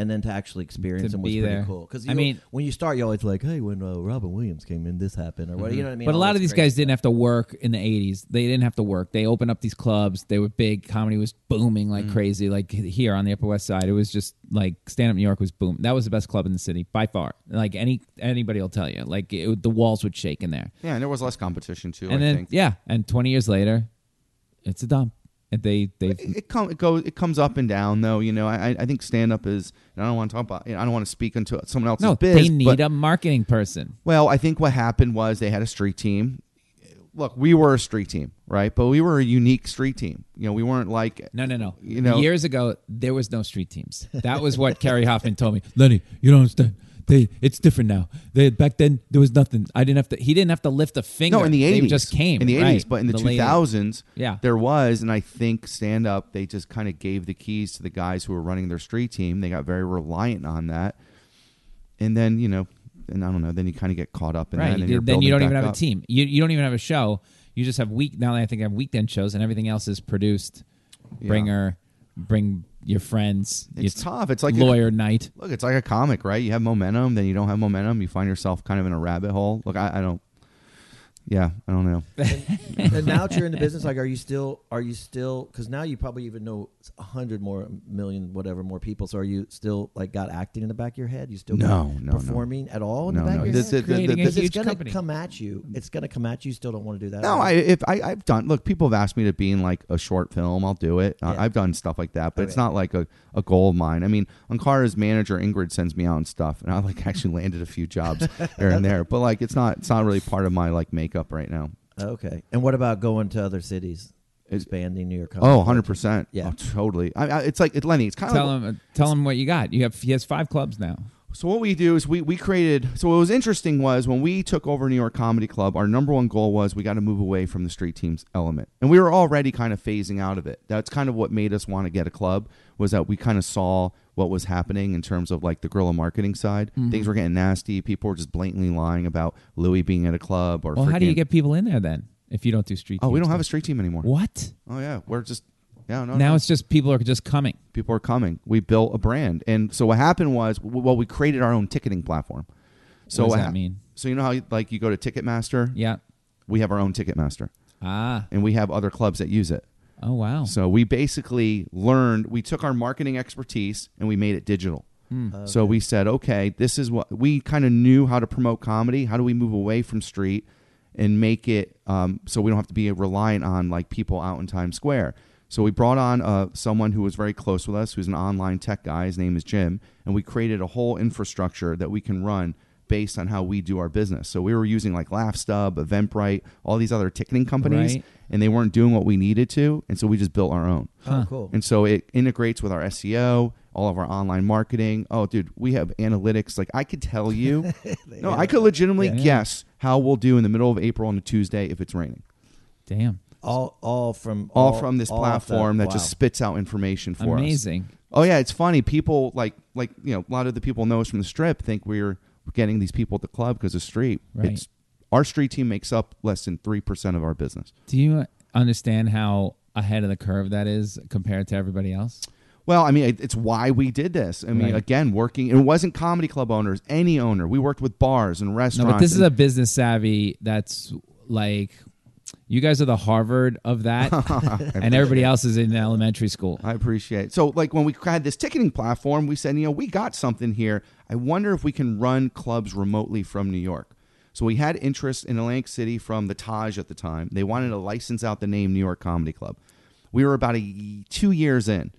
G: And then to actually experience
H: To
G: them was
H: be
G: pretty
H: there.
G: cool. Because
H: I mean-
G: when you start, you're always like, "Hey, when uh, Robin Williams came in, this happened," or what? You know what I
H: Mm-hmm.
G: mean?
H: But a
G: All
H: lot of these
G: this crazy
H: guys didn't have to work in the '80s. They didn't have to work. They opened up these clubs. They were big. Comedy was booming
I: Mm.
H: like crazy. Like here on the Upper West Side, it was just like stand up New York was boom. That was the best club in the city by far. Like any anybody will tell you. Like it, the walls would shake in there.
I: Yeah, and there was less competition too.
H: and
I: I
H: then
I: think.
H: yeah, and 20 years later, it's a dump. And they they
I: It, it come it goes it comes up and down though. You know, I I- I think stand up is. And I don't want to talk about. You know, I don't want to speak into someone else's
H: no
I: biz.
H: they need
I: but-
H: a marketing person.
I: Well, I think what happened was they had a street team. Look, we were a street team. right? But we were a unique street team. You know, we weren't like
H: No, no, no.
I: You know-
H: years ago there was no street teams. That was what Kerry Hoffman told me. Lenny, you don't understand. They, it's different now. They, back then there was nothing. I didn't have to. He didn't have to lift a finger.
I: no in the
H: They
I: eighties.
H: just came
I: in the
H: right,
I: eighties, but in the two
H: late-
I: thousands,
H: Yeah.
I: there was, and I think stand up. They just kind of gave the keys to the guys who were running their street team. They got very reliant on that, and then you know, and I don't know. Then you kind of get caught up in
H: Right.
I: that. And
H: you-
I: you're
H: then you
I: building
H: don't even
I: back
H: have
I: up.
H: a team. You you don't even have a show. You just have week. Now I think I have weekend shows, and everything else is produced. Bring
I: Yeah.
H: her. Bring your friends.
I: It's tough. It's like a-
H: lawyer night.
I: Look, it's like a comic, right? You have momentum, then you don't have momentum. You find yourself kind of in a rabbit hole. Look, I, I don't. Yeah, I don't know.
J: and now that you're in the business, like, are you still, are you still, because now you probably even know a hundred more, million, whatever more people. So are you still, like, got acting in the back of your head? You still
I: No, no, no.
J: performing at all in
I: No,
J: the back
I: no.
J: of your
I: This-
J: head?
I: it- the- the-
H: Creating a
J: Because it's
H: huge
J: going to
H: company.
J: come at you. It's going to come at you. You still don't want to do that.
I: No,
J: right?
I: I if I I've done look people have asked me to be in like a short film, I'll do it. I
J: Yeah.
I: I've done stuff like that, but
J: Oh,
I: it's
J: yeah.
I: not like a, a goal of mine. I mean, Ankara's manager Ingrid sends me out and stuff, and I like actually landed a few jobs here and there, but like it's not it's not really part of my like makeup right now.
J: Okay. And what about going to other cities?
I: It's-
J: Expanding New York.
I: Oh, 100 percent.
J: Yeah.
I: oh, totally. I, I, it's like it, Lenny. Oh, It's kind of
H: Tell him. uh, Tell him what you got. You have. He has five clubs now.
I: So what we do is we we created. So what was interesting was when we took over New York Comedy Club, our number one goal was we got to move away from the street teams element, and we were already kind of phasing out of it. That's kind of what made us want to get a club was that we kind of saw what was happening in terms of like the guerrilla marketing side.
H: Mm-hmm.
I: Things were getting nasty. People were just blatantly lying about Louis being at a club or.
H: Well, how do you
I: freaking-
H: get people in there then if you don't do street?
I: Oh, we
H: teams
I: don't have a
H: then?
I: street team anymore.
H: What?
I: Oh yeah, we're just. Yeah, no.
H: now
I: no.
H: it's just people are just coming.
I: people are coming. We built a brand, and so what happened was, w- well, we created our own ticketing platform. So
H: What does
I: what
H: that
I: hap-
H: mean?
I: So you know how you, like you go to Ticketmaster.
H: Yeah.
I: we have our own Ticketmaster,
H: Ah.
I: and we have other clubs that use it.
H: Oh wow.
I: So we basically learned. We took our marketing expertise and we made it digital. So we said, okay, this is what we kind of knew how to promote comedy. How do we move away from street and make it um, so we don't have to be reliant on like people out in Times Square? So we brought on uh, someone who was very close with us, who's an online tech guy. His name is Jim, and we created a whole infrastructure that we can run based on how we do our business. So we were using like LaughStub, Eventbrite, all these other ticketing companies,
H: Right.
I: and they weren't doing what we needed to, and so we just built our own.
J: Oh, cool.
I: And so it integrates with our SEO, all of our online marketing. Oh, dude, we have analytics. Like I could tell you, no, I could legitimately guess how we'll do in the middle of April on a Tuesday if it's raining.
H: Damn.
J: all, all from
I: All, from this
J: all off
I: platform that
J: wow.
I: just spits out information for us.
H: Amazing.
I: Oh yeah, it's funny. People like like you know a lot of the people know us from the strip think we're getting these people at the club because of street.
H: Right.
I: It's our street team makes up less than three percent of our business.
H: Do you understand how ahead of the curve that is compared to everybody else?
I: Well, I mean, it- it's why we did this. I mean,
H: Right.
I: again, working. It wasn't comedy club owners, any owner. We worked with bars and
H: No,
I: restaurants.
H: but this is
I: and-
H: a business savvy that's like you guys are the Harvard of that, and everybody else is in elementary school.
I: I appreciate. it. So, like when we had this ticketing platform, we said, you know, we got something here. I wonder if we can run clubs remotely from New York. So we had interest in Atlantic City from the Taj at the time. They wanted to license out the name New York Comedy Club. We were about a y- two years in,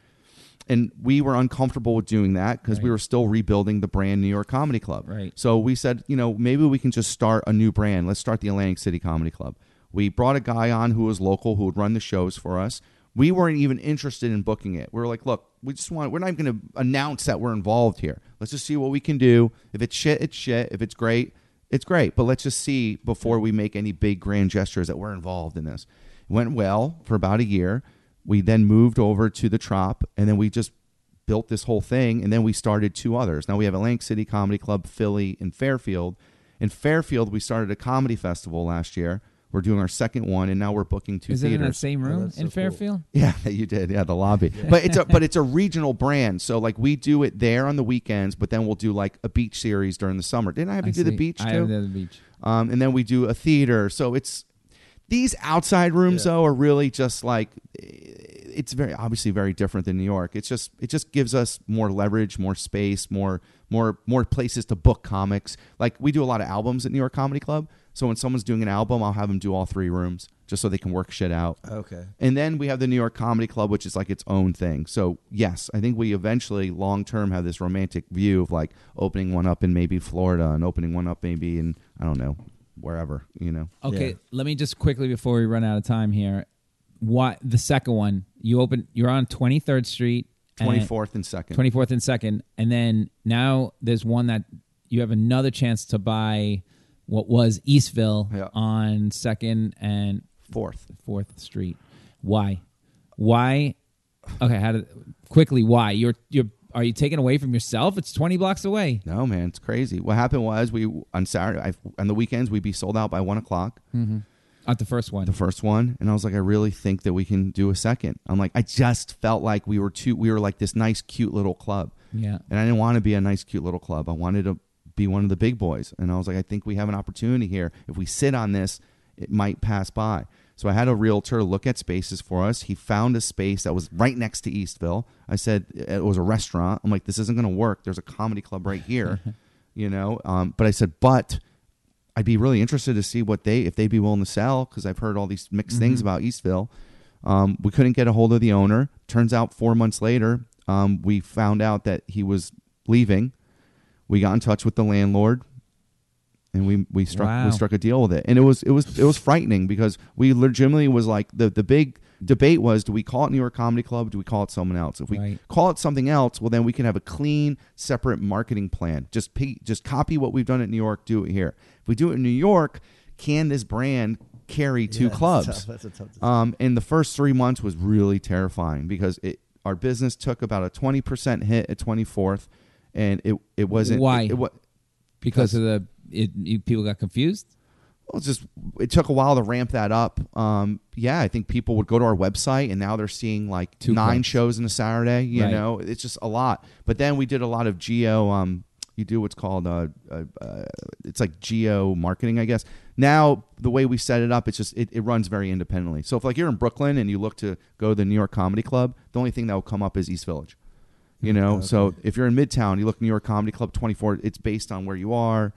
I: and we were uncomfortable with doing that because we were still rebuilding the brand New York Comedy Club.
H: Right.
I: So we said, you know, maybe we can just start a new brand. Let's start the Atlantic City Comedy Club. We brought a guy on who was local who would run the shows for us. We weren't even interested in booking it. We were like, look, we just want, we're not even going to announce that we're involved here. Let's just see what we can do. If it's shit, it's shit. If it's great, it's great. But let's just see before we make any big grand gestures that we're involved in this. It went well for about a year. We then moved over to the Trop and then we just built this whole thing and then we started two others now we have atlantic city comedy club philly and fairfield in fairfield we started a comedy festival last year we're doing our second one and now we're booking two
H: Is it in the
I: theaters
H: same room
J: Oh, that's so
H: in
J: cool.
H: Fairfield?
I: yeah you did yeah the lobby but it's a but it's a regional brand so like we do it there on the weekends but then we'll do like a beach series during the summer didn't i have you do the
H: see.
I: beach
H: I have
I: too
H: the beach.
I: um, and then we do a theater. So it's these outside rooms though are really just like eh, it's very obviously very different than New York. It's just it just gives us more leverage, more space, more more more places to book comics. Like we do a lot of albums at New York Comedy Club. So when someone's doing an album, I'll have them do all three rooms just so they can work shit out.
J: Okay.
I: And then we have the New York Comedy Club, which is like its own thing. So yes, I think we eventually long term have this romantic view of like opening one up in maybe Florida and opening one up maybe in I don't know wherever, you know.
H: Okay,
J: Yeah.
H: let me just quickly before we run out of time here. Why the second one? You open. You're on Twenty Third Street,
I: Twenty fourth and second.
H: Twenty Fourth and Second, and then now there's one that you have another chance to buy. What was Eastville
I: Yeah.
H: on Second and
I: fourth.
H: Fourth Street? Why? Why? Okay, how did quickly? Why you're you're are you taken away from yourself? It's twenty blocks away.
I: No, man, it's crazy. What happened was we on Saturday, I, on the weekends, we'd be sold out by one o'clock.
H: At the first one,
I: The first one, and I was like, I really think that we can do a second. I'm like, I just felt like we were too, we were like this nice, cute little club,
H: yeah.
I: and I didn't want to be a nice, cute little club. I wanted to be one of the big boys, and I was like, I think we have an opportunity here. If we sit on this, it might pass by. So I had a realtor look at spaces for us. He found a space that was right next to Eastville. I said it was a restaurant. I'm like, this isn't going to work. There's a comedy club right here, you know. Um, but I said, but I'd be really interested to see what they if they'd be willing to sell because I've heard all these mixed things about Eastville. Um, we couldn't get a hold of the owner. Turns out four months later, um, we found out that he was leaving. We got in touch with the landlord, and we we struck
H: Wow.
I: we struck a deal with it. And it was it was it was frightening because we legitimately was like the the big debate was do we call it New York Comedy Club? Do we call it someone else? If we
H: Right.
I: call it something else, well then we can have a clean, separate marketing plan. Just pig- just copy what we've done at New York, do it here. If we do it in New York, can this brand carry two
J: Yeah, that's
I: clubs?
J: tough. That's a tough-
I: Um, and the first three months was really terrifying because it our business took about a twenty percent hit at twenty fourth, and it it wasn't
H: Why?
I: It, it, wa-
H: because of the it, you, people got confused.
I: well, it's just it took a while to ramp that up. Um, yeah, I think people would go to our website and now they're seeing like
H: Two
I: nine
H: clips.
I: shows in a Saturday. You
H: Right.
I: know, it's just a lot. But then we did a lot of geo. Um, you do what's called uh, uh, uh, it's like geo marketing, I guess. Now the way we set it up, it's just it, it runs very independently. So if like you're in Brooklyn and you look to go to the New York Comedy Club, the only thing that will come up is East Village. You
H: Hmm,
I: know, so if you're in Midtown, you look New York Comedy Club 24. It's based on where you are.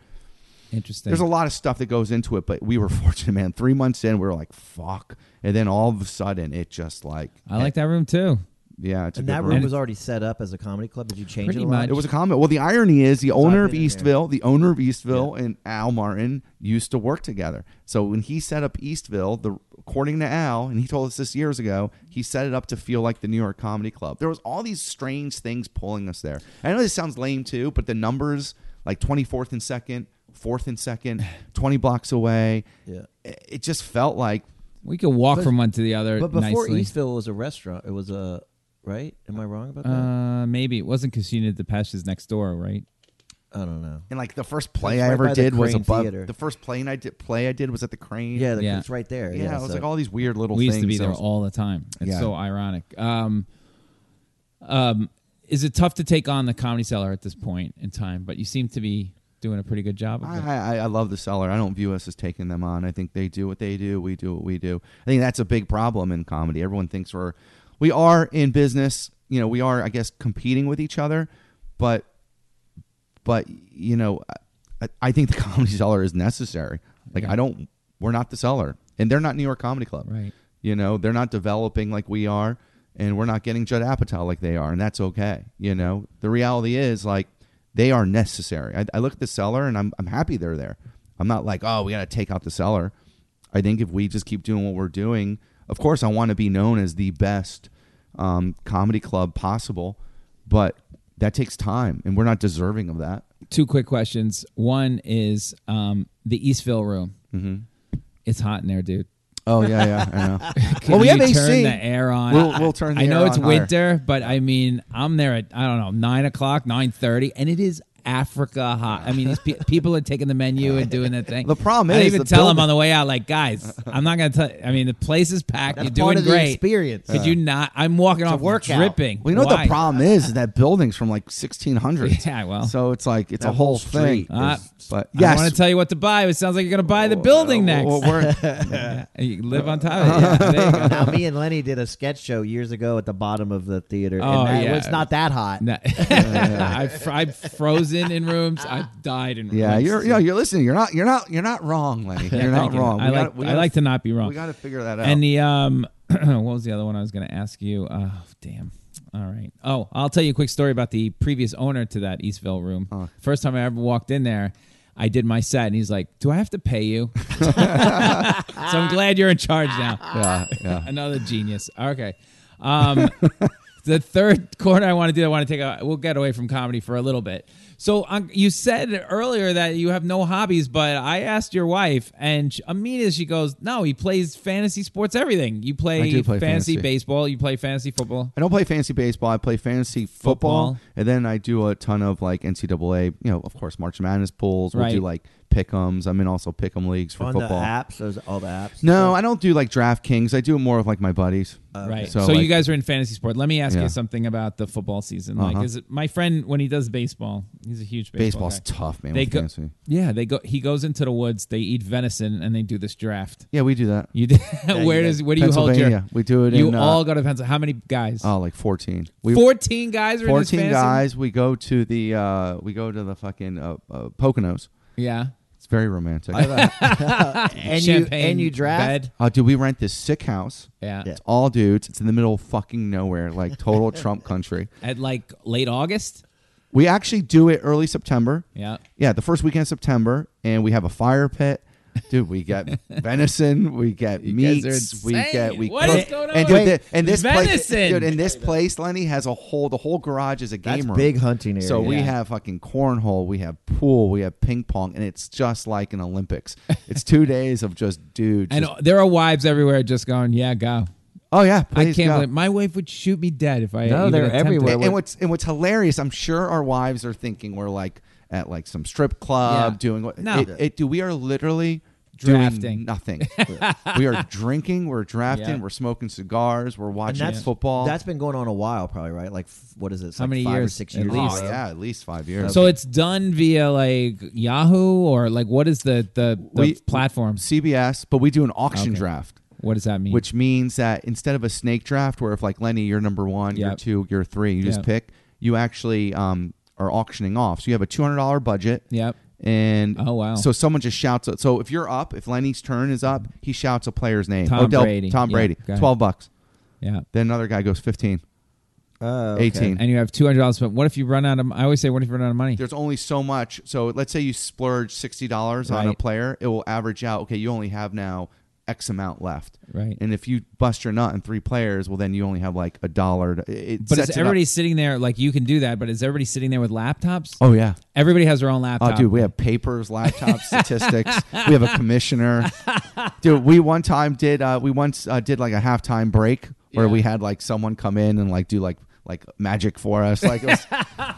H: Interesting.
I: There's a lot of stuff that goes into it, but we were fortunate, man. Three months in, we were like, "Fuck!" And then all of a sudden, it just like,
H: I like that room too.
I: yeah, it's a
J: And
I: good
J: that
I: room.
J: room was already set up as a comedy club. Did you change it
H: Pretty
J: a lot?
I: It was a comment. Well, the irony is, the owner of
J: been in there.
I: Eastville, the owner of Eastville, and Al Martin used to work together. So when he set up Eastville, the according to Al, and he told us this years ago, he set it up to feel like the New York Comedy Club. There was all these strange things pulling us there. I know this sounds lame too, but the numbers like twenty fourth and second, fourth and second, twenty blocks away.
J: Yeah.
I: it it just felt like
H: We could walk
J: But-
H: from one to the other
J: But before
H: nicely.
J: Eastville was a restaurant. It was a right. Am I wrong about that?
H: uh, maybe it wasn't Casino Depeche's next door, right?
J: I don't know.
I: and like the first play
J: It's
I: I
J: right
I: ever
J: by the
I: did was
J: Crane
I: above
J: Theater.
I: the first play I did play I did was at the Crane.
J: Yeah, the,
H: Yeah.
J: it's right there.
I: yeah,
J: Yeah,
I: it was
J: so-
I: like "Oh, all these weird little
H: We
I: things.
H: used to be
I: that
H: there
I: was-
H: all the time. It's
I: Yeah.
H: so ironic. Um, um, is it tough to take on the comedy seller at this point in time? But you seem to be doing a pretty good job. Of it.
I: I, I, I love the seller. I don't view us as taking them on. I think they do what they do. We do what we do. I think that's a big problem in comedy. Everyone thinks we're we are in business. You know, we are I guess competing with each other, but but you know, I, I think the comedy seller is necessary. Like I don't, we're not the seller, and they're not New York Comedy Club.
H: Right.
I: You know, they're not developing like we are, and we're not getting Judd Apatow like they are, and that's okay. You know, the reality is like they are necessary. I, I look at the seller, and I'm I'm happy they're there. I'm not like oh we got to take out the seller. I think if we just keep doing what we're doing, of course I want to be known as the best um, comedy club possible, but that takes time, and we're not deserving of that.
H: Two quick questions. One is um, the Eastville room. Mm-hmm. It's hot in there, dude.
I: Oh yeah, yeah, I know.
H: Could you turn the air on.
I: We'll- we'll turn the
H: I know
I: air
H: it's
I: on higher.
H: winter, but I mean, I'm there at I don't know nine o'clock, nine thirty, and it is Africa hot. I mean, these pe- people are taking the menu and doing their thing.
I: The problem
H: I didn't
I: is
H: even
I: the
H: tell them
I: building-
H: on the way out, like, guys, I'm not gonna tell. I mean, the place is packed.
J: That's
H: You're
J: part
H: doing
J: of the
H: great.
J: experience.
H: Could you not? I'm walking off
J: workout.
H: dripping.
I: Well, you know what
H: Why?
I: the problem is, is that building's from like 1600s.
H: Yeah, well.
I: so it's like it's a
J: That
I: whole
J: whole
I: thing.
J: street
H: Uh,
I: but
H: I
I: yes,
H: want to tell you what to buy. but It sounds like you're gonna buy the building next.
I: Well, we're-
H: And you live on top of it. Yeah, there you go.
J: now me and Lenny did a sketch show years ago at the bottom of the theater.
H: Oh,
J: and that,
H: yeah.
J: it's not that hot.
H: No. I've, I've frozen in rooms. I've died in rooms.
I: yeah, you're you know, you're listening. You're not you're not you're not wrong, Lenny. You're not
H: Thank you.
I: wrong.
H: I
I: We
H: like
I: gotta- we
H: I
I: gotta-
H: like to not be wrong.
I: We got to figure that out.
H: and the um, what was the other one I was going to ask you? Oh, damn. All right. Oh, I'll tell you a quick story about the previous owner to that Eastville room. First time I ever walked in there, I did my set, and he's like, "Do I have to pay you?" so I'm glad you're in charge now.
I: Yeah, yeah.
H: Another genius. Okay. Um, the third corner I want to do, I want to take a, we'll get away from comedy for a little bit. So um, you said earlier that you have no hobbies, but I asked your wife, and she, immediately she goes, "No, he plays fantasy sports. Everything you play,
I: I do play
H: fantasy,
I: fantasy.
H: baseball, you play fantasy football.
I: I don't play fantasy baseball. I play fantasy football,
H: Football.
I: and then I do a ton of like NCAA. You know, of course, March Madness pools. We'll do
H: Right.
I: like pick'ems. I'm in also pick'em leagues for
J: on
I: football.
J: the apps, those, all the apps.
I: No, I don't do like DraftKings. I do it more of like my buddies.
H: Right. So,
I: Uh, So, like-
H: you guys are in fantasy sport. Let me ask
I: Yeah.
H: you something about the football season. Like,
I: Uh-huh.
H: is it, my friend when he does baseball, he's a huge baseball
I: Baseball's
H: guy.
I: tough, man.
H: They
I: with
H: go-
I: fantasy.
H: Yeah, they go. He goes into the woods. They eat venison and they do this draft.
I: Yeah, we do that.
H: You did.
J: you
H: where
J: did.
H: does where do you hold
I: Pennsylvania.
H: your?
I: We do it
H: You
I: in, uh,
H: all go to Pennsylvania. How many guys?
I: Oh, like fourteen. We
H: Fourteen guys are
I: fourteen
H: in this fantasy-
I: guys. We go to the uh, we go to the fucking uh, uh, Poconos.
H: Yeah.
I: It's very romantic.
J: and you
H: Champagne
J: and you draft.
H: bed.
I: uh, dude, we rent this sick house.
H: Yeah.
J: Yeah.
I: It's all dudes. It's in the middle of fucking nowhere, like total Trump country.
H: At like late August.
I: We actually do it early September.
H: Yeah.
I: Yeah, the first weekend of September, and we have a fire pit. Dude, we get venison, we get
H: guys
I: meats,
H: are
I: we
H: insane.
I: get we
H: What
I: cook.
H: is going
I: and,
H: on?
I: dude, the- and this place,
H: Venison.
I: dude, and this place, Lenny has a whole. The whole garage is a game
J: That's
I: room.
J: big hunting area.
I: So we
H: Yeah.
I: have fucking cornhole, we have pool, we have ping pong, and it's just like an Olympics. It's two days of just dudes.
H: And
I: just-
H: there are wives everywhere just going, yeah, go.
I: oh yeah,
H: I
I: please
H: can't
I: go.
H: believe my wife would shoot me dead if I.
J: No,
H: even
J: they're
H: attempted
J: everywhere.
H: it.
I: and, and what's and what's hilarious, I'm sure our wives are thinking we're like at like some strip club
H: Yeah.
I: doing what?
H: No.
I: it, it- dude, we are literally
H: Drafting.
I: doing nothing. we are drinking, we're drafting,
H: Yeah.
I: we're smoking cigars, we're
J: And
I: watching
J: that's
I: football.
J: That's been going on a while, probably right? Like, f- what is it? It's
H: How
J: like
H: many
J: five
H: years?
J: Or six
H: At
J: years.
I: oh,
H: least.
I: yeah, at least five years.
H: So it's done via like Yahoo or like what is the the, the
I: We-
H: platform?
I: CBS, but we do an auction
H: Okay.
I: draft.
H: What does that mean?
I: which means that instead of a snake draft where if like Lenny, you're number one,
H: Yep.
I: you're two, you're three, you just
H: Yep.
I: pick. You actually um, are auctioning off, so you have a two hundred dollar budget.
H: Yep.
I: And
H: Oh, wow.
I: So someone just shouts. Out. So if you're up, if Lenny's turn is up, he shouts a player's name.
H: Tom
I: Odell-
H: Brady.
I: Tom
H: Yeah,
I: Brady.
H: go ahead.
I: Twelve bucks.
H: yeah.
I: Then another guy goes 15,
J: Oh, okay.
I: 18.
H: And you have two hundred dollars. But what if you run out of? I always say, what if you run out of money?
I: There's only so much. So let's say you splurge sixty dollars on a
H: Right.
I: player, it will average out. Okay, you only have now X amount left.
H: Right.
I: And if you bust your nut in three players, well then you only have like a dollar. to- It it
H: But
I: sets
H: is
I: it up.
H: everybody sitting there like you can do that? But is everybody sitting there with laptops?
I: Oh yeah.
H: Everybody has their own
I: Oh,
H: laptop.
I: dude, we have papers, laptops, statistics. We have a commissioner. Dude, we one time did uh, we once uh, did like a halftime break where we had like someone come in and like do like like magic for us. Like, it was,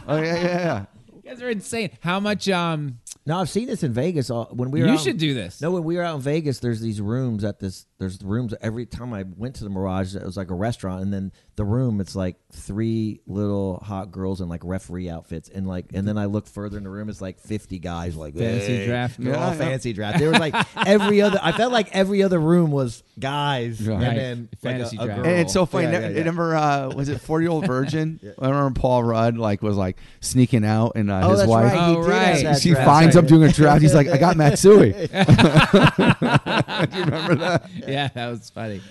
I: oh yeah, yeah, yeah.
H: you guys are insane. How much? Um,
J: No, I've seen this in Vegas. uh, When we were
H: You
J: out-
H: should do this.
J: No, when we were out in Vegas, there's these rooms at this. There's rooms every time I went to the Mirage. It was like a restaurant, and then the room it's like three little hot girls in like referee outfits, and like, and then I look further in the room, it's like 50 guys like
H: Fancy
J: hey.
H: draft.
J: They're
I: Yeah,
J: all
I: yeah.
J: fancy draft. There was like every other. I felt like every other room was guys, and
H: Right.
J: then like
H: Fantasy
J: a, a
H: draft.
J: girl.
I: And it's so Oh, funny.
J: Yeah,
I: ne-
J: yeah, yeah.
I: Remember, uh, was it Four Year Old Virgin? I remember Paul Rudd like was like sneaking out, and uh,
J: Oh,
I: his
J: that's
I: wife.
J: right. he did
H: Oh,
J: have
H: right.
J: that
I: She
J: draft.
I: finds
H: That's
I: him doing a draft. He's like, I got Matsui.
H: Yeah, that was funny.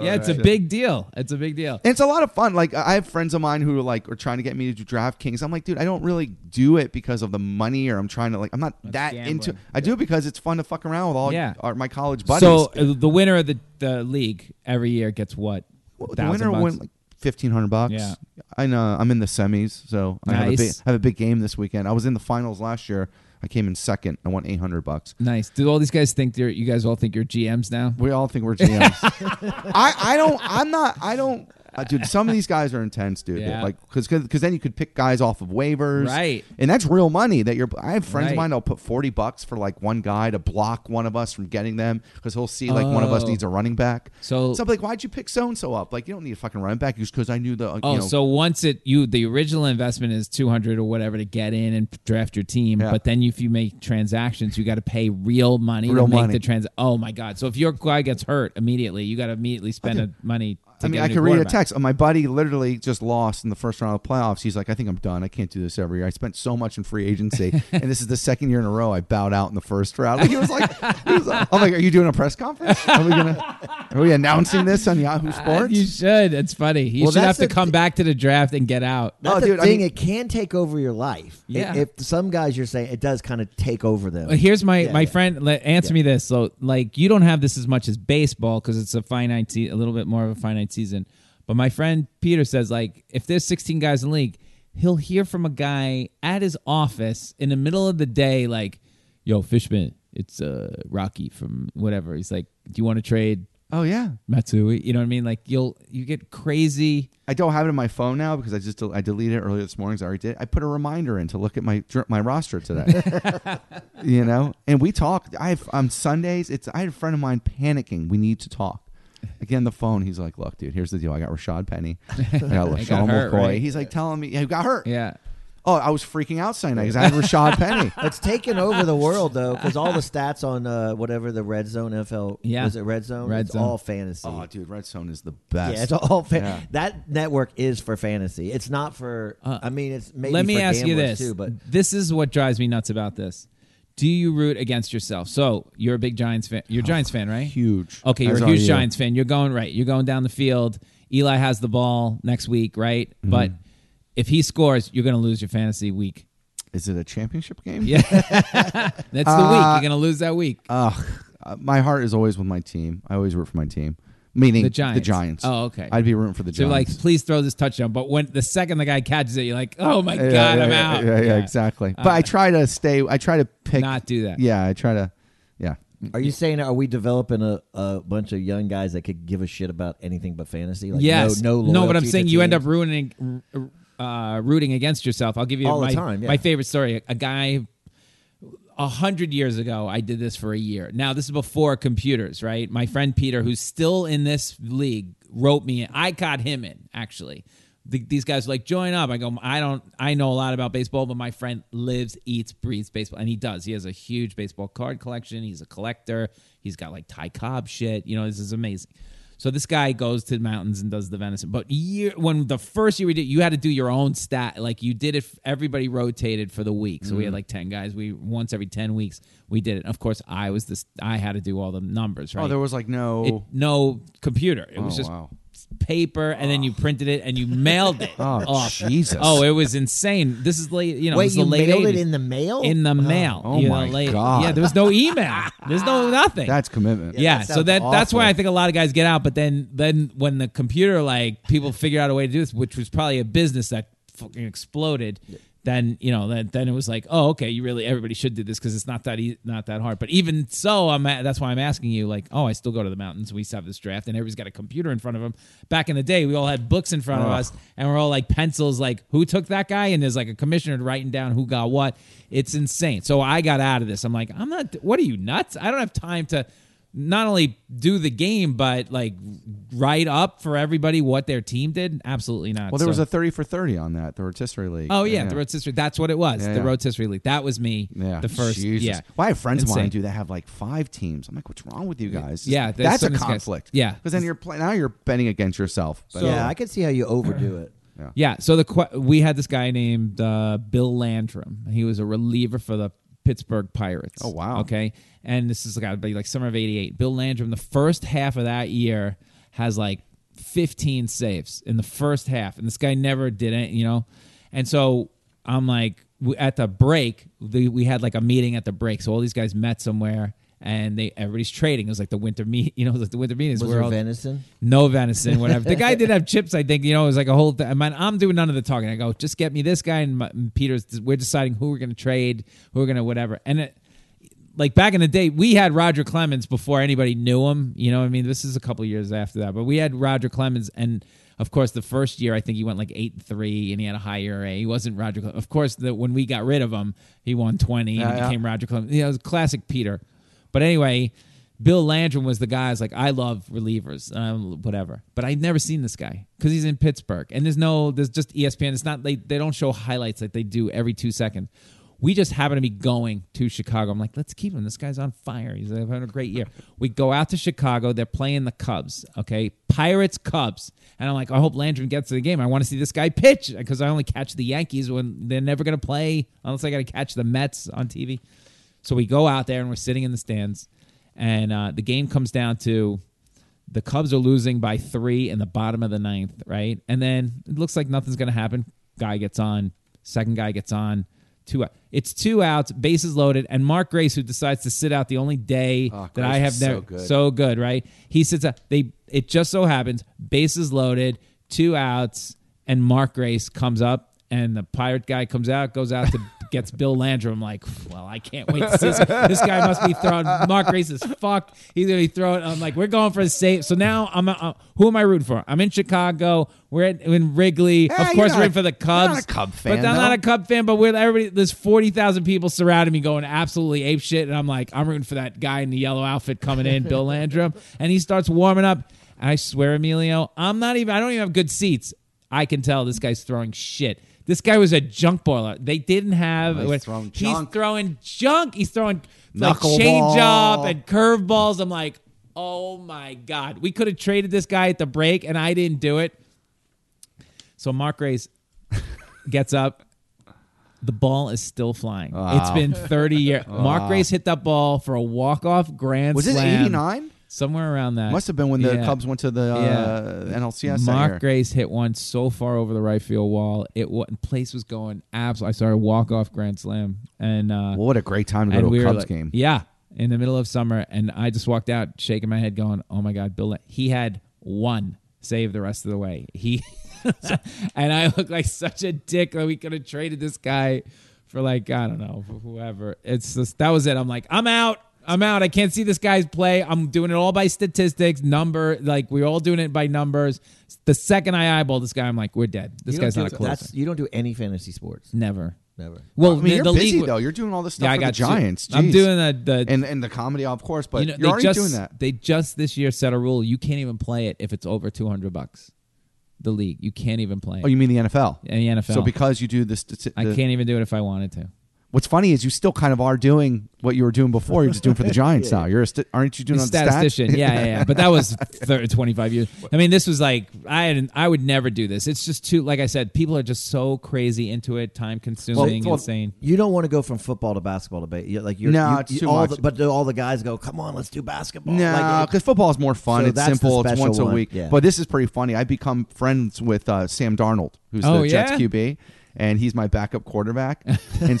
H: yeah, it's a big deal. It's a big deal.
I: And it's a lot of fun. Like I have friends of mine who like are trying to get me to do DraftKings. I'm like, dude, I don't really do it because of the money, or I'm trying to like, I'm not that
H: gambling.
I: into. I do it because it's fun to fuck around with all
H: Yeah.
I: our, my college buddies.
H: So uh, the winner of the, the league every year gets what?
I: Well, the
H: 1,000
I: winner
H: bucks?
I: won like fifteen hundred bucks.
H: Yeah.
I: I know. I'm in the semis, so I have a
H: Nice.
I: big I have a big game this weekend. I was in the finals last year. I came in second. I won eight hundred bucks.
H: Nice. Do all these guys think you're? You guys all think you're GMs now?
I: We all think we're GMs. I, I don't. I'm not. I don't. Uh, dude, some of these guys are intense, dude.
H: Yeah.
I: Like, because because then you could pick guys off of waivers,
H: Right.
I: And that's real money that you're. I have friends
H: Right.
I: of mine. I'll put forty bucks for like one guy to block one of us from getting them because he'll see like one of us
H: Oh.
I: needs a running back.
H: So-
I: so I'm like, why'd you pick so and so up? Like, you don't need a fucking running back. Just because I knew the. uh,
H: Oh,
I: you know,
H: so once it you the original investment is two hundred or whatever to get in and draft your team,
I: Yeah.
H: but then if you make transactions, you got to pay real money
I: Real
H: to make
I: money.
H: the trans. Oh my god! So if your guy gets hurt immediately, you got to immediately spend the money. To
I: I mean,
H: get
I: I
H: new
I: could read a
H: quarterback.
I: text. Oh, My buddy literally just lost in the first round of playoffs. He's like, I think I'm done. I can't do this every year. I spent so much in free agency, and this is the second year in a "Oh row I bowed out in the first round. Like, he was like, he was like- I'm like, are you doing a press conference? Are we gonna? Are we announcing this on Yahoo
H: Uh,
I: Sports?
H: you should. It's funny. You
J: Well,
H: should have
J: that's
H: to
J: the
H: come
J: thi-
H: back to the draft and get out.
J: That's
I: Oh,
J: the
I: dude, I
J: thing.
I: mean-
J: it can take over your life. I-
H: Yeah.
J: If, some guys you're saying it does kind of take over them.
H: Well, here's my
J: Yeah,
H: my
J: yeah.
H: friend. Let, answer me this. So, like, you don't have this as much as baseball because it's a finite, se- a little bit more of a finite season. But my friend Peter says, like, if there's 16 guys in the league, he'll hear from a guy at his office in the middle of the day, like, "Yo, Fishman, it's uh, Rocky from whatever." He's like, "Do you want to trade
I: oh yeah,
H: Matsui?" You know what I mean? Like, you'll you get crazy.
I: I don't have it on my phone now because I just del- I deleted it earlier this morning. 'cause I already did. I put a reminder in to look at my dr- my roster today. you know, and we talked. I have on Sundays. It's I had a friend of mine panicking. We need to talk. Again, the phone. He's like, "Look, dude, here's the deal. I got Rashad Penny. I got
H: got
I: LaShawn
H: hurt,
I: McCoy."
H: right?
I: He's like telling me, "Yeah, got hurt."
H: Yeah.
I: Oh, I was freaking out Sunday because I had Rashad Penny.
J: It's taken over the world though, because all the stats on uh, whatever the red zone NFL
H: Yeah.
J: was it red zone?
H: Red
J: it's
H: Zone.
J: all fantasy.
I: Oh, dude, Red Zone is the best.
J: yeah, it's all fa-
I: Yeah.
J: that network is for fantasy. It's not for. I mean, it's maybe
H: Uh, Let me
J: for
H: ask you
J: gamblers,
H: this.
J: too, but
H: this is what drives me nuts about this. Do you root against yourself? So you're a big Giants fan. You're a Giants fan, right?
I: Oh, huge.
H: Okay, you're
I: As
H: a
I: are
H: huge
I: you.
H: Giants fan. You're going right. You're going down the field. Eli has the ball next week, right?
I: Mm-hmm.
H: But if he scores, you're going to lose your fantasy week.
I: Is it a championship game?
H: Yeah, that's the week. You're going to lose that week.
I: Ugh, Uh, my heart is always with my team. I always root for my team. Meaning
H: The Giants.
I: The Giants.
H: Oh, okay.
I: I'd be rooting for the
H: so like,
I: Giants.
H: please throw this touchdown. But when the second the guy catches it, you're like, oh my
I: Yeah,
H: god,
I: yeah,
H: I'm
I: yeah,
H: out. Uh,
I: Yeah, yeah, exactly. but I try to stay. I try to pick.
H: Not do that.
I: Yeah, I try to. Yeah.
J: are you saying are we developing a, a bunch of young guys that could give a shit about anything but fantasy? Like,
H: yes.
J: no, no,
H: but I'm
J: loyalty to
H: saying you end up
J: teams?
H: ruining, uh, rooting against yourself. I'll give you
J: All the
H: my,
J: time, yeah.
H: my favorite story. A, a guy, a hundred years ago, I did this for a year. Now this is before computers, right? My friend Peter, who's still in this league, wrote me. In. I got him in actually. The, these guys were like join up. I go. I don't. I know a lot about baseball, but my friend lives, eats, breathes baseball, and he does. He has a huge baseball card collection. He's a collector. He's got like Ty Cobb shit. You know, this is amazing. So this guy goes to the mountains and does the venison. But year when the first year we did, you had to do your own stat. Like you did it. Everybody rotated for the week, so we
I: Mm-hmm.
H: had like ten guys. We once every ten weeks we did it. And of course, I was this. I had to do all the numbers. Right?
I: Oh, there was like no.
H: It- no computer. It was
I: Oh,
H: just
I: wow.
H: paper, and then you printed it and you mailed it.
I: Oh,
H: off.
I: Jesus.
H: Oh, it was insane. This is late. You know,
J: Wait,
H: this is the
J: you
H: late
J: mailed it
H: 80s.
J: in the mail? Uh-huh.
H: In the mail.
I: Oh,
H: You know,
I: my
H: late-
I: God.
H: Yeah, there was no email. There's no nothing
I: That's commitment.
H: yeah,
J: that
H: so
J: sounds
H: that that's why
J: awful.
H: I think a lot of guys get out. But then then when the computer like people figure out a way to do this, which was probably a business that fucking exploded. Then you know, then, then it was like, oh, okay, you really everybody should do this because it's not that e- not that hard. But even so, I'm a- that's why I'm asking you, like, oh, I still go to the mountains. We used to have this draft, and everybody's got a computer in front of them. Back in the day, we all had books in front of
I: Ugh.
H: us, and we're all like pencils, like who took that guy, and there's like a commissioner writing down who got what. It's insane. So I got out of this. I'm like, I'm not. What are you nuts? I don't have time to not only do the game, but like write up for everybody what their team did. Absolutely not.
I: Well, there was
H: So-
I: a 30 for 30 on that, the Rotisserie League.
H: Oh yeah, the rotisserie. That's what it was.
I: Yeah,
H: the
I: yeah.
H: rotisserie league. That was me.
I: Yeah.
H: The first.
I: Jesus.
H: Yeah.
I: Well, I have friends of mine
H: Insane.
I: do that have like five teams. I'm like, what's wrong with you guys?
H: Yeah, there's
I: That's
H: some
I: a
H: of these guys-
I: conflict.
H: Yeah.
I: Because then you're playing. Now you're betting against yourself. But-
J: yeah, I can see how you overdo it.
H: Yeah. So the que- we had this guy named uh, Bill Landrum. He was a reliever for the Pittsburgh Pirates.
I: Oh, wow.
H: Okay. And this has got to be like summer of '88. Bill Landrum, the first half of that year, has like 15 saves in the first half, and this guy never did it. You know, and so I'm like w- at the break, the, we had like a meeting at the break, so all these guys met somewhere. And they everybody's trading. It was like the winter meet, you know, it was like the winter meetings.
J: Was
H: where
J: there
H: all-
J: venison?
H: no venison, whatever. the guy did have chips, I think. You know, it was like a whole thing. I mean, I'm doing none of the talking. I go, just get me this guy, and, my, and Peter's. We're deciding who we're going to trade, who we're going to whatever. And it, like back in the day, we had Roger Clemens before anybody knew him. You know, what I mean, this is a couple years after that, but we had Roger Clemens, and of course, the first year I think he went like eight and three, and he had a high ERA. He wasn't Roger. Clemens. Of course, the, when we got rid of him, he won twenty and
I: Yeah, yeah.
H: became Roger Clemens. You know, it was classic Peter. But anyway, Bill Landrum was the guy. I was like, I love relievers, um, whatever. But I'd never seen this guy because he's in Pittsburgh, and there's no, there's just E ESPN. It's not they they don't show highlights like they do every two seconds. We just happen to be going to Chicago. I'm like, let's keep him. This guy's on fire. He's having a great year. We go out to Chicago. They're playing the Cubs. Okay, Pirates Cubs. And I'm like, I hope Landrum gets to the game. I want to see this guy pitch because I only catch the Yankees when they're never going to play unless I got to catch the Mets on TV. So we go out there and we're sitting in the stands, and uh, the game comes down to the Cubs are losing by three in the bottom of the ninth, right? And then it looks like nothing's going to happen. Guy gets on, second guy gets on, two out. It's two outs, bases loaded, and Mark Grace, who decides to sit out the only day
I: Oh,
H: that
I: Grace
H: I have
I: was so
H: never
I: good.
H: so good, right? He sits out. They it just so happens bases loaded, two outs, and Mark Grace comes up, and the pirate guy comes out, goes out to. Gets Bill Landrum like, well, I can't wait. To see this, this guy must be throwing. Mark Grace is fucked. He's gonna be throwing. I'm like, we're going for a save. So now I'm. Uh, who am I rooting for? I'm in Chicago. We're at, in Wrigley.
I: Eh,
H: of
I: you're
H: course,
I: not
H: rooting
I: a-
H: for the
I: you're not
H: Cubs.
I: a Cub
H: but
I: fan,
H: I'm not
I: though.
H: a Cub fan. But with everybody, there's forty thousand people surrounding me going absolutely ape shit, and I'm like, I'm rooting for that guy in the yellow outfit coming in, Bill Landrum, and he starts warming up. I swear, Emilio, I'm not even. I don't even have good seats. I can tell this guy's throwing shit. This guy was a junk baller. They didn't have.
I: he's throwing junk.
H: throwing junk. He's throwing like
I: Knuckleball.
H: change up and curveballs. I'm like, oh my god, we could have traded this guy at the break, and I didn't do it. So Mark Grace gets up. The ball is still flying. It's been 30 years. Mark Grace hit that ball for a walk-off grand
I: Was this
H: slam.
I: '89?
H: Somewhere around that.
I: Must have been when the
H: Yeah.
I: Cubs went to the uh, NLCS. that year.
H: Mark Grace hit one so far over the right field wall. It wa- place was going absolutely. I saw a walk-off grand slam, and uh,
I: What a great time to
H: and
I: go to
H: we
I: a
H: were
I: Cubs
H: like-
I: game.
H: Yeah, in the middle of summer, and I just walked out shaking my head, going, "Oh my God, Bill! Lan-" He had one save the rest of the way. He and I looked like such a dick. Like we could have traded this guy for like I don't know for whoever. It's just that was it. I'm like, I'm out. I'm out. I can't see this guy's play. I'm doing it all by statistics, number. Like we're all doing it by numbers. The second I eyeball this guy, I'm like, we're dead. This
J: You don't
H: guy's
J: do-
H: not a closer.
J: that's- You don't do any fantasy sports.
H: Never.
J: Never.
H: Well,
I: I mean,
H: the,
I: you're
H: the
I: busy
H: league,
I: though. You're doing all this stuff
H: Yeah, I
I: for
H: got
I: the Giants.
H: Two, I'm
I: Jeez.
H: doing the, the
I: and and the comedy, of course. But
H: you
I: you
H: know,
I: are already
H: they just,
I: doing that.
H: They just this year set a rule: you can't even play it if it's over two hundred bucks. The league, you can't even play. It.
I: Oh, you mean the NFL?
H: in the NFL?
I: So because you do this, the,
H: I can't even do it if I wanted to.
I: What's funny is you still kind of are doing what you were doing before. You're just doing for the Giants now. You're a st- aren't you doing on the stats?
H: statistician, yeah, yeah, yeah. But that was 30, 25 years. I mean, this was like I hadn't, I would never do this. It's just too, like I said, people are just so crazy into it, time consuming,
J: well,
H: insane.
J: You don't want to go from football to basketball debate. You're, like you're,
I: No,
J: you-
I: it's
J: you-
I: too
J: all
I: much.
J: The, but all the guys go, "Come on, let's do basketball."
I: No,
J: Like, it-
I: because football is more fun.
J: So
I: it's
J: that's the
I: simple. It's
J: special
I: once
J: one,
I: a week.
J: yeah.
I: But this is pretty funny. I become friends with uh, Sam Darnold, who's
H: Oh,
I: the Jets
H: yeah?
I: QB, and he's my backup quarterback. and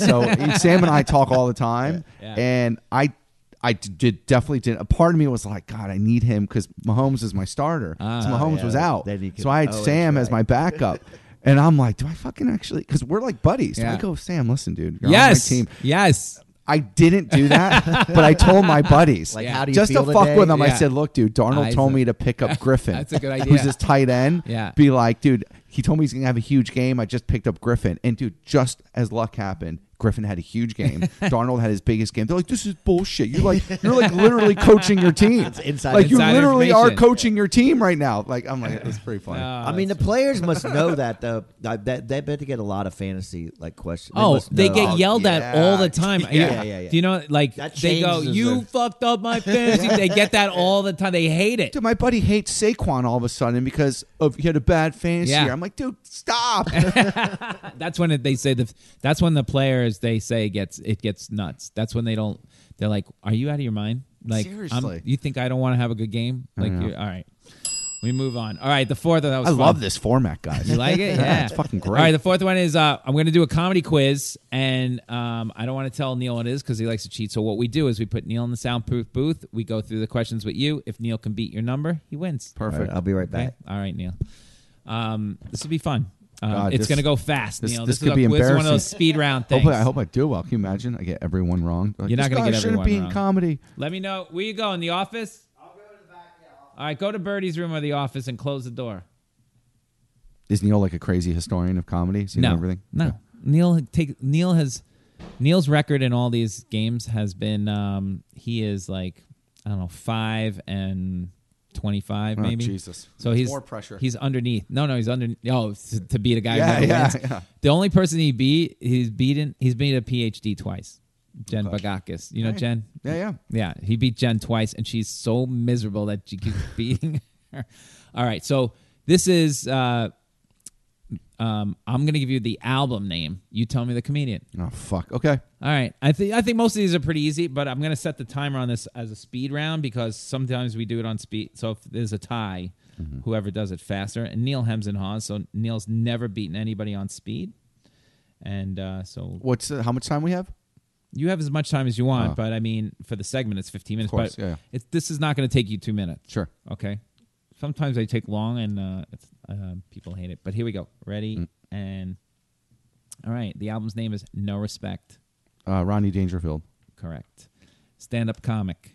I: so and Sam and I talk all the time.
H: Yeah.
I: And I, I did definitely did. A part of me was like, God, I need him because Mahomes is my starter. so Mahomes
J: Ah, yeah.
I: was out,
J: Then he could-
I: so I had
J: oh, that's
I: Sam as
J: right.
I: my backup. And I'm like, do I fucking actually? Because we're like buddies. So
H: Yeah.
I: I go, Sam, listen, dude, you're
H: Yes,
I: on my team.
H: yes.
I: I didn't do that, but I told my buddies.
J: Like,
H: Yeah.
J: how do you
I: just
J: feel
I: to fuck
J: today?
I: with him, I
H: Yeah.
I: said, "Look, dude, Darnold
H: I
I: told
H: see.
I: me to pick up Griffin.
H: That's a good idea.
I: Who's this tight end?
H: Yeah.
I: Be like, dude, he told me he's gonna have a huge game. I just picked up Griffin, and dude, just as luck happened, Griffin had a huge game. Darnold had his biggest game. They're like, "This is bullshit. You're like, you're like literally coaching your team.
J: inside-
I: like you
H: Inside
I: literally are
H: information.
I: coaching your team right now. Like I'm like, it's pretty funny.
H: Uh,
J: I mean, the players must know that though. I bet they bet to get a lot of fantasy like questions.
H: Oh,
J: must
H: they
J: know.
H: get
J: Oh,
H: yelled at
I: yeah.
H: all the time.
J: Yeah, yeah, yeah.
H: Do you know, like
J: That
H: they go,
J: changes
H: "You
J: the-
H: fucked up my fantasy." they get that all the time. They hate it.
I: Dude, my buddy hates Saquon all of a sudden because of he had a bad fantasy
H: Yeah.
I: year. I'm like, dude, stop.
H: That's when it, they say the. That's when the players they say gets it gets nuts. That's when they don't. They're like, "Are you out of your mind? Like, I'm-
I: Seriously.
H: you think I don't want to have a good game? Like, you all right. We move on. All right, the fourth. That was
I: I
H: fun.
I: love this format, guys.
H: You like it? Yeah,
I: it's fucking great.
H: All right, the fourth one is uh, I'm going to do a comedy quiz, and um, I don't want to tell Neil what it is because he likes to cheat. So what we do is we put Neil in the soundproof booth. We go through the questions with you. If Neil can beat your number, he wins.
J: All right,
I: Perfect.
J: I'll be right
H: Okay.
J: back.
H: All right, Neil. Um, this will be fun. Um,
I: God,
H: it's
I: this-
H: going to go fast,
I: this-
H: Neil.
I: this
H: is
I: could be
H: a- is one of
I: embarrassing.
H: those speed round things.
I: Hopefully, I hope I do well. Can you imagine? I get everyone wrong. Like,
H: You're not
I: this
H: gonna
I: guy
H: get
I: shouldn't
H: everyone
I: be in
H: wrong.
I: comedy.
H: Let me know. Where you go in the office? I'll go to the back. All right, go to Birdie's room or the office and close the door.
I: Is Neil like a crazy historian of comedy? Seen
H: no,
I: everything?
H: no. Neil take Neil has Neil's record in all these games has been um, he is like I don't know five and twenty five
I: Oh,
H: maybe.
I: Jesus.
H: So
I: It's
H: he's
I: more pressure.
H: He's underneath. No, no, he's under. Oh, to, to beat a guy. who
I: Yeah,
H: never
I: yeah,
H: wins.
I: yeah.
H: The only person he beat, he's beaten. He's beat a PhD twice. Jen
I: Oh,
H: Bagakis. You know Jen.
I: Yeah, yeah.
H: Yeah, he beat Jen twice, and she's so miserable that she keeps beating her. All right, so this is uh, Um, I'm gonna give you the album name. You tell me the comedian.
I: Oh fuck. Okay.
H: All right. I think I think most of these are pretty easy, but I'm gonna set the timer on this as a speed round because sometimes we do it on speed. So if there's a tie, whoever does it faster. And Neil Hemsen Haas. So Neil's never beaten anybody on speed. And uh, so
I: What's the, how much time we have?
H: you have as much time as you want,
I: Oh.
H: but I mean, for the segment, it's 15 minutes.
I: course,
H: but
I: yeah, yeah.
H: It's, this is not going to take you two minutes.
I: Sure.
H: Okay. Sometimes they take long and uh, it's, uh, people hate it. But here we go. Ready?
I: Mm.
H: And all right. The album's name is No Respect.
I: Uh, Ronnie Dangerfield,
H: Correct. Stand up comic.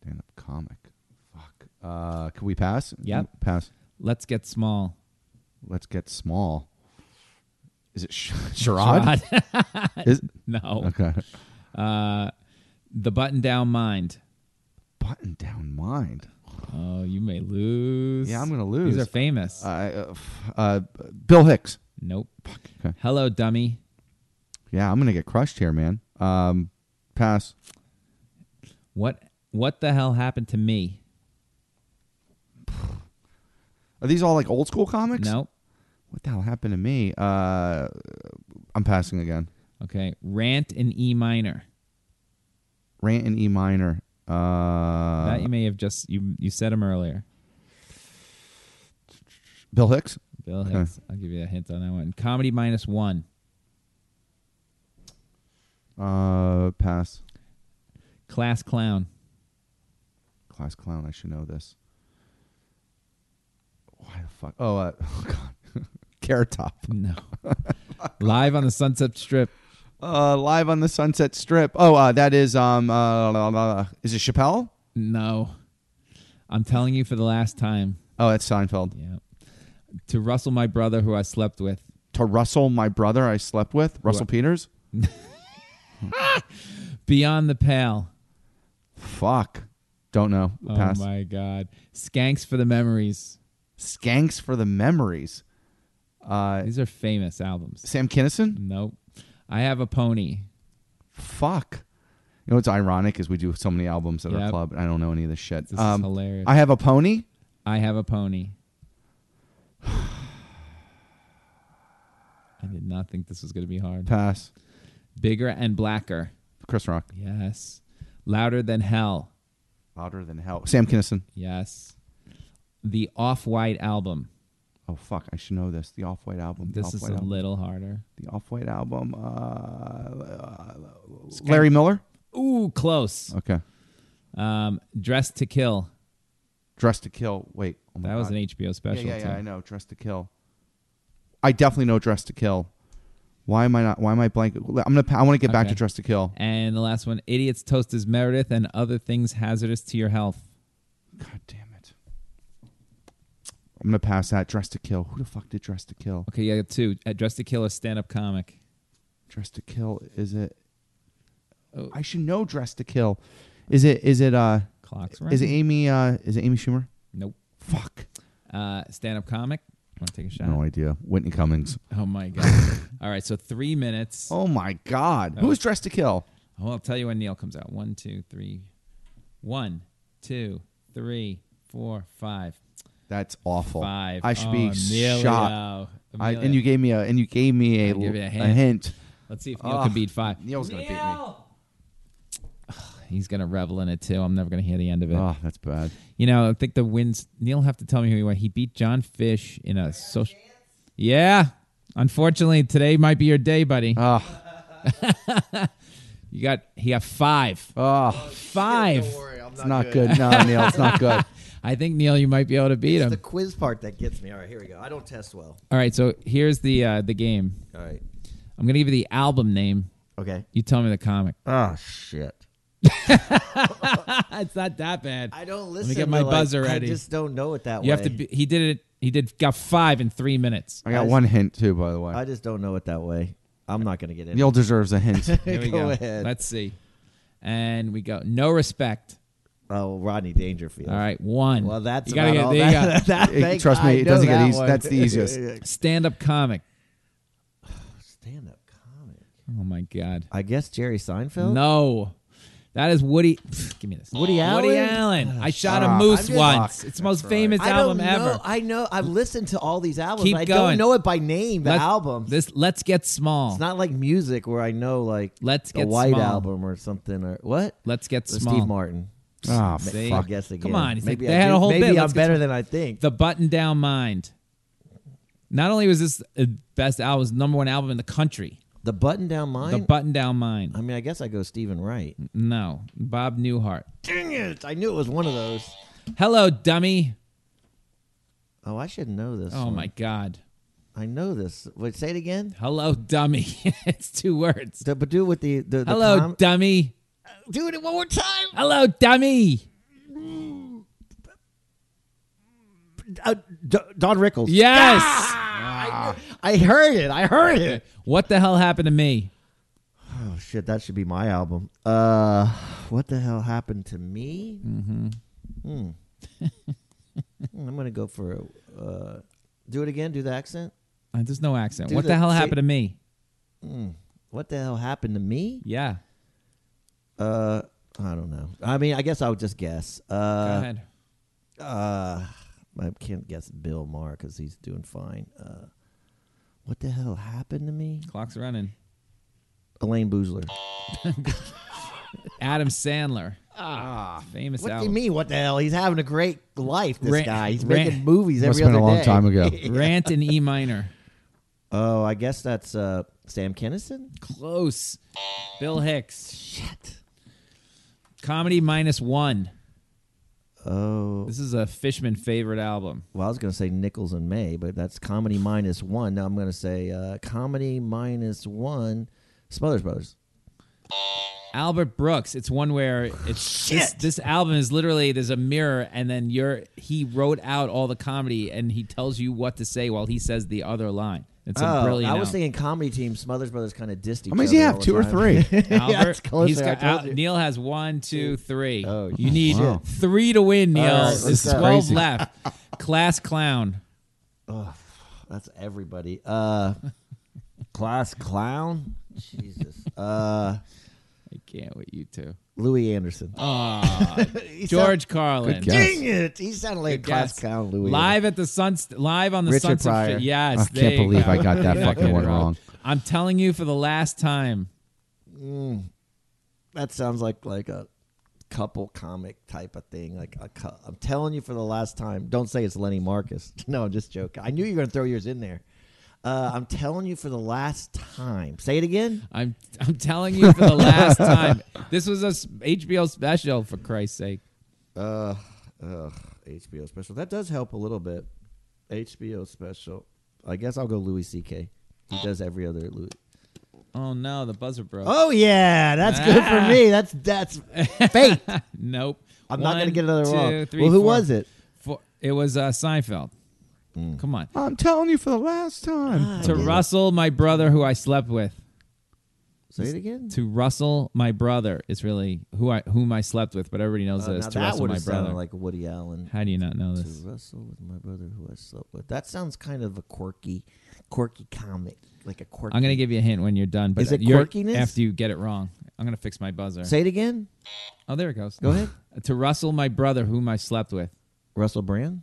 I: stand-up comic. Fuck. Uh, can we pass?
H: Yep.
I: Pass.
H: Let's Get Small.
I: Let's get small. Is it Sh- Sherrod? Is-
H: no.
I: okay.
H: Uh, the Button Down Mind.
I: Button down mind.
H: Oh, you may lose.
I: Yeah, I'm gonna lose.
H: These are famous.
I: I, uh, f- uh, Bill Hicks.
H: nope.
I: Okay.
H: Hello, Dummy.
I: Yeah, I'm gonna get crushed here, man. Um, pass.
H: What What the hell happened to me?
I: Are these all like old school comics?
H: Nope.
I: What the hell happened to me? Uh, I'm passing again.
H: Okay. Rant in E minor.
I: Rant in E minor. Uh,
H: that you may have just you you said him earlier.
I: Bill Hicks.
H: Bill Hicks. I'll give you a hint on that one. Comedy minus one.
I: Uh, pass.
H: Class clown.
I: Class clown. I should know this. Why the fuck? Oh, uh, oh God. Carrot Top.
H: No. Live on the Sunset Strip.
I: Uh, live on the Sunset Strip. Oh, uh, that is um. Uh, la- la- la- is it Chappelle?
H: No. I'm telling you for the last time.
I: Oh, that's Seinfeld.
H: Yeah. To Russell, my brother, who I slept with.
I: To Russell, my brother I slept with. Russell
H: Right.
I: Peters.
H: Beyond the pale.
I: Fuck. Don't know. Pass.
H: Oh my God. Skanks for the memories.
I: Skanks for the memories. Uh,
H: These are famous albums.
I: Sam Kinison.
H: Nope. I have a pony.
I: Fuck. You know what's ironic is we do so many albums at our
H: Yep.
I: club, and I don't know any of this shit.
H: This is
I: um,
H: hilarious.
I: I have a pony.
H: I have a pony. I did not think this was going to be hard.
I: Pass.
H: Bigger and blacker.
I: Chris Rock.
H: Yes. Louder than hell.
I: Louder than hell. Sam Kinison.
H: Yes. The Off White album.
I: Oh fuck! I should know this. The Off White album.
H: This is
I: Off-White
H: a
I: album.
H: little harder.
I: the Off White album. Uh, uh, Larry Miller.
H: Ooh, close.
I: Okay.
H: Um, Dress to Kill.
I: Dress to Kill. Wait. Oh my
H: That was
I: God.
H: an HBO
I: Yeah,
H: special.
I: yeah, yeah.
H: too.
I: I know. Dress to Kill. I definitely know Dress to Kill. Why am I not? Why am I blank? I'm gonna. pa- I want to get back
H: Okay.
I: to Dress to Kill.
H: And the last one, Idiots Toast is Meredith and Other Things Hazardous to Your Health.
I: God damn it. I'm gonna pass that. Dress to Kill. Who the fuck did Dress to Kill?
H: Okay, yeah, two. Uh, Dress to Kill is stand up comic.
I: Dress to Kill. Is it?
H: Oh.
I: I should know Dress to Kill. Is it? Is it? Uh.
H: Clocks
I: Is it
H: running.
I: Amy? Uh. Is it Amy Schumer?
H: Nope.
I: Fuck.
H: Uh, stand up comic. Want to take a shot?
I: No idea. Whitney Cummings.
H: Oh my god! All right, so three minutes. Oh.
I: Oh my God. Who is Dress to Kill?
H: I'll tell you when Neil comes out. One, two, three. One, two, three, four, five,
I: That's awful.
H: five.
I: I should
H: Oh,
I: be
H: Emilio.
I: shocked. I,
H: Emilio.
I: and you gave me a and you gave me a,
H: I give you a
I: a
H: hint.
I: hint. Ah,
H: Let's see if Neil
I: Ugh.
H: can beat five.
I: Neil's gonna beat me.
H: beat me. He's gonna revel in it too. I'm never gonna hear the end of it.
I: Oh, that's bad.
H: You know, I think the wins. Neil will have to tell me who he won. He beat John Fish in a social. Yeah. Unfortunately, today might be your day, buddy.
I: Ugh.
H: you got he got five.
I: Oh,
H: Five.
I: it's not good. No, Neil, it's not good.
H: I think Neil, you might be able to beat
G: It's
H: him.
G: the quiz part that gets me. All right, here we go. I don't test well.
H: All right, so here's the uh, the game.
G: All right.
H: I'm gonna give you the album name.
G: Okay.
H: You tell me the comic.
G: Oh shit.
H: Ah, it's not that bad.
G: I don't
H: Let
G: listen.
H: me get
G: to,
H: my
G: like-
H: buzzer
G: I
H: ready.
G: just don't know it that way.
H: you have to. Be, he did it. He did got five in three minutes.
I: I got one hint too, by the way.
G: I just don't know it that way. I'm not gonna get in.
I: Neil deserves a hint.
H: Here we
G: Go ahead.
H: Let's see. And we go. No respect.
G: Oh, Rodney Dangerfield.
H: All right, one.
G: Well, that's
H: you gotta
G: about
H: get.
G: all
H: there you
G: that-
H: go.
G: that
I: It-
G: thing,
I: trust me,
G: I
I: it
G: know
I: doesn't get
G: that
I: easy.
G: one.
I: That's the easiest.
H: Stand-up comic.
G: Stand-up comic.
H: Oh my god.
G: I guess Jerry Seinfeld.
H: No, That is Woody. give me this.
G: Woody
H: Woody
G: Allen?
H: Allen. I
G: Oh,
H: shot a
G: stop.
H: moose
G: I'm just-
H: once.
I: Fuck.
H: It's the most
I: That's right.
H: famous
G: I
H: album
G: don't know.
H: ever.
G: I know. I've listened to all these albums.
H: Keep
G: but I
H: going.
G: don't know it by name. The
H: Let's-
G: album.
H: This Let's Get Small.
G: it's not like music where I know like
H: Let's
G: the
H: Get
G: White
H: Small.
G: Album or something or what?
H: Let's Get
G: The
H: Small. Ah,
G: Steve Martin.
I: Oh,
H: See?
G: I guess again.
H: Come on. he's like,
G: Maybe
H: they
G: I
H: had a
G: do-
H: whole
G: maybe
H: bit. Let's
G: I'm
H: Get
G: better than I think.
H: The Button Down Mind. Not only was this the best album, it was the number one album in the country.
G: The button down
H: The
G: mine.
H: Button Down Mind.
G: I mean, I guess I go Stephen Wright.
H: Mm. No, Bob Newhart.
G: Dang it! I knew it was one of those.
H: Hello, dummy.
G: Oh, I should know this.
H: Oh
G: one.
H: my God.
G: I know this. Wait, say it again.
H: Hello, dummy. it's two words.
G: D- But do it with the the, the
H: Hello,
G: com-
H: dummy.
G: do it one more time.
H: Hello, dummy.
G: Uh, D- Don Rickles.
H: Yes.
G: Ah. I heard it. I heard it.
H: What the hell happened to me?
G: Oh shit, that should be my album. Uh, what the hell happened to me? Mm-hmm. Hmm, I'm gonna go for. A, uh, do it again. Do the accent.
H: Uh, There's no accent.
G: Do
H: what the,
G: the-
H: hell
G: say-
H: happened to me?
G: What the hell happened to me?
H: Yeah.
G: Uh, I don't know. I mean, I guess I would just guess.
H: Go
G: Uh,
H: ahead.
G: uh, I can't guess Bill Maher because he's doing fine. Uh, what the hell happened to me?
H: Clock's running.
G: Elaine Boozler.
H: Adam Sandler. Ah, famous
G: What do you
H: album.
G: mean? What the hell? He's having a great life. This
H: Ran-
G: guy. He's
H: ran-
G: making movies every
I: Must've been
G: other
I: a long
G: day.
I: time ago.
H: Rant in E minor.
G: Oh, I guess that's uh, Sam Kennison.
H: Close. Bill Hicks. Shit. Comedy minus one.
G: Oh,
H: This is a Fishman favorite album.
G: well, I was going to say Nichols and May, but that's comedy minus one. Now I'm going to say uh, comedy minus one. Smothers Brothers.
H: Albert Brooks. It's one where it's this, this album is literally there's a mirror and then you're he wrote out all the comedy and he tells you what to say while he says the other line. It's a
G: oh,
H: brilliant.
G: I was
H: album.
G: thinking comedy team. Smothers Brothers kind of dissed each
I: How many does he
G: other
I: have?
G: all the
I: Two or
G: time.
I: three?
H: Albert,
G: Yeah, it's closer,
H: he's
G: I
H: got,
G: told
H: Al-
G: you.
H: Neil has one, two, three.
G: Oh,
H: you need
I: wow.
H: three to win, Neil.
G: All right,
H: There's
G: let's go.
H: twelve
I: Crazy.
H: left. Class clown.
G: That's everybody. Uh, class clown. Jesus. Uh,
H: I can't with you two.
G: Louis Anderson.
H: George Carlin.
I: Good guess.
G: Dang it! He sounded like a
H: Good
G: class
H: guess.
G: clown Louis.
H: Live at the sun, live on the
G: Richard
H: Sunset.
G: Pryor.
H: Fi- yes,
I: I
H: there
I: can't
H: you
I: believe
H: go.
I: I got that
H: You're not
I: fucking
H: getting
I: one
H: it
I: wrong.
H: I'm telling you for the last time.
G: That sounds like like a couple comic type of thing. Like a cou- I'm telling you for the last time, don't say it's Lenny Marcus. No, I'm just joking. I knew you were gonna throw yours in there. Uh, I'm telling you for the last time. Say it again.
H: I'm I'm telling you for the last time. This was a s- HBO special for Christ's sake.
G: Uh, uh, HBO special. That does help a little bit. HBO special. I guess I'll go Louis C.K. He does every other Louis.
H: Oh no, the buzzer broke.
G: Oh yeah, that's good for
H: Ah.
G: me. That's that's fate.
H: Nope.
G: I'm not gonna
H: One,
G: get another
H: two,
G: wrong.
H: three,
G: well, who
H: four.
G: was it? Mm.
H: Four. It was uh, Seinfeld. Come on.
I: I'm telling you for the last
G: Ah.
I: time.
H: To Russell, my brother, who I slept with.
G: Say it again.
H: To Russell, my brother, is really who I whom I slept with, but everybody knows
G: Uh,
H: this.
G: now
H: to
G: that
H: Russell,
G: would
H: my
G: have
H: brother.
G: sounded like Woody Allen.
H: How do you not know
G: To
H: this?
G: wrestle with my brother who I slept with. That sounds kind of a quirky, quirky comic, like a quirky.
H: I'm gonna give you a hint when you're done. But
G: Is it
H: you're-
G: quirkiness?
H: After you get it wrong, I'm gonna fix my buzzer.
G: Say it again.
H: oh, there it goes.
G: Go ahead.
H: to Russell, my brother, whom I slept with.
G: Russell Brand.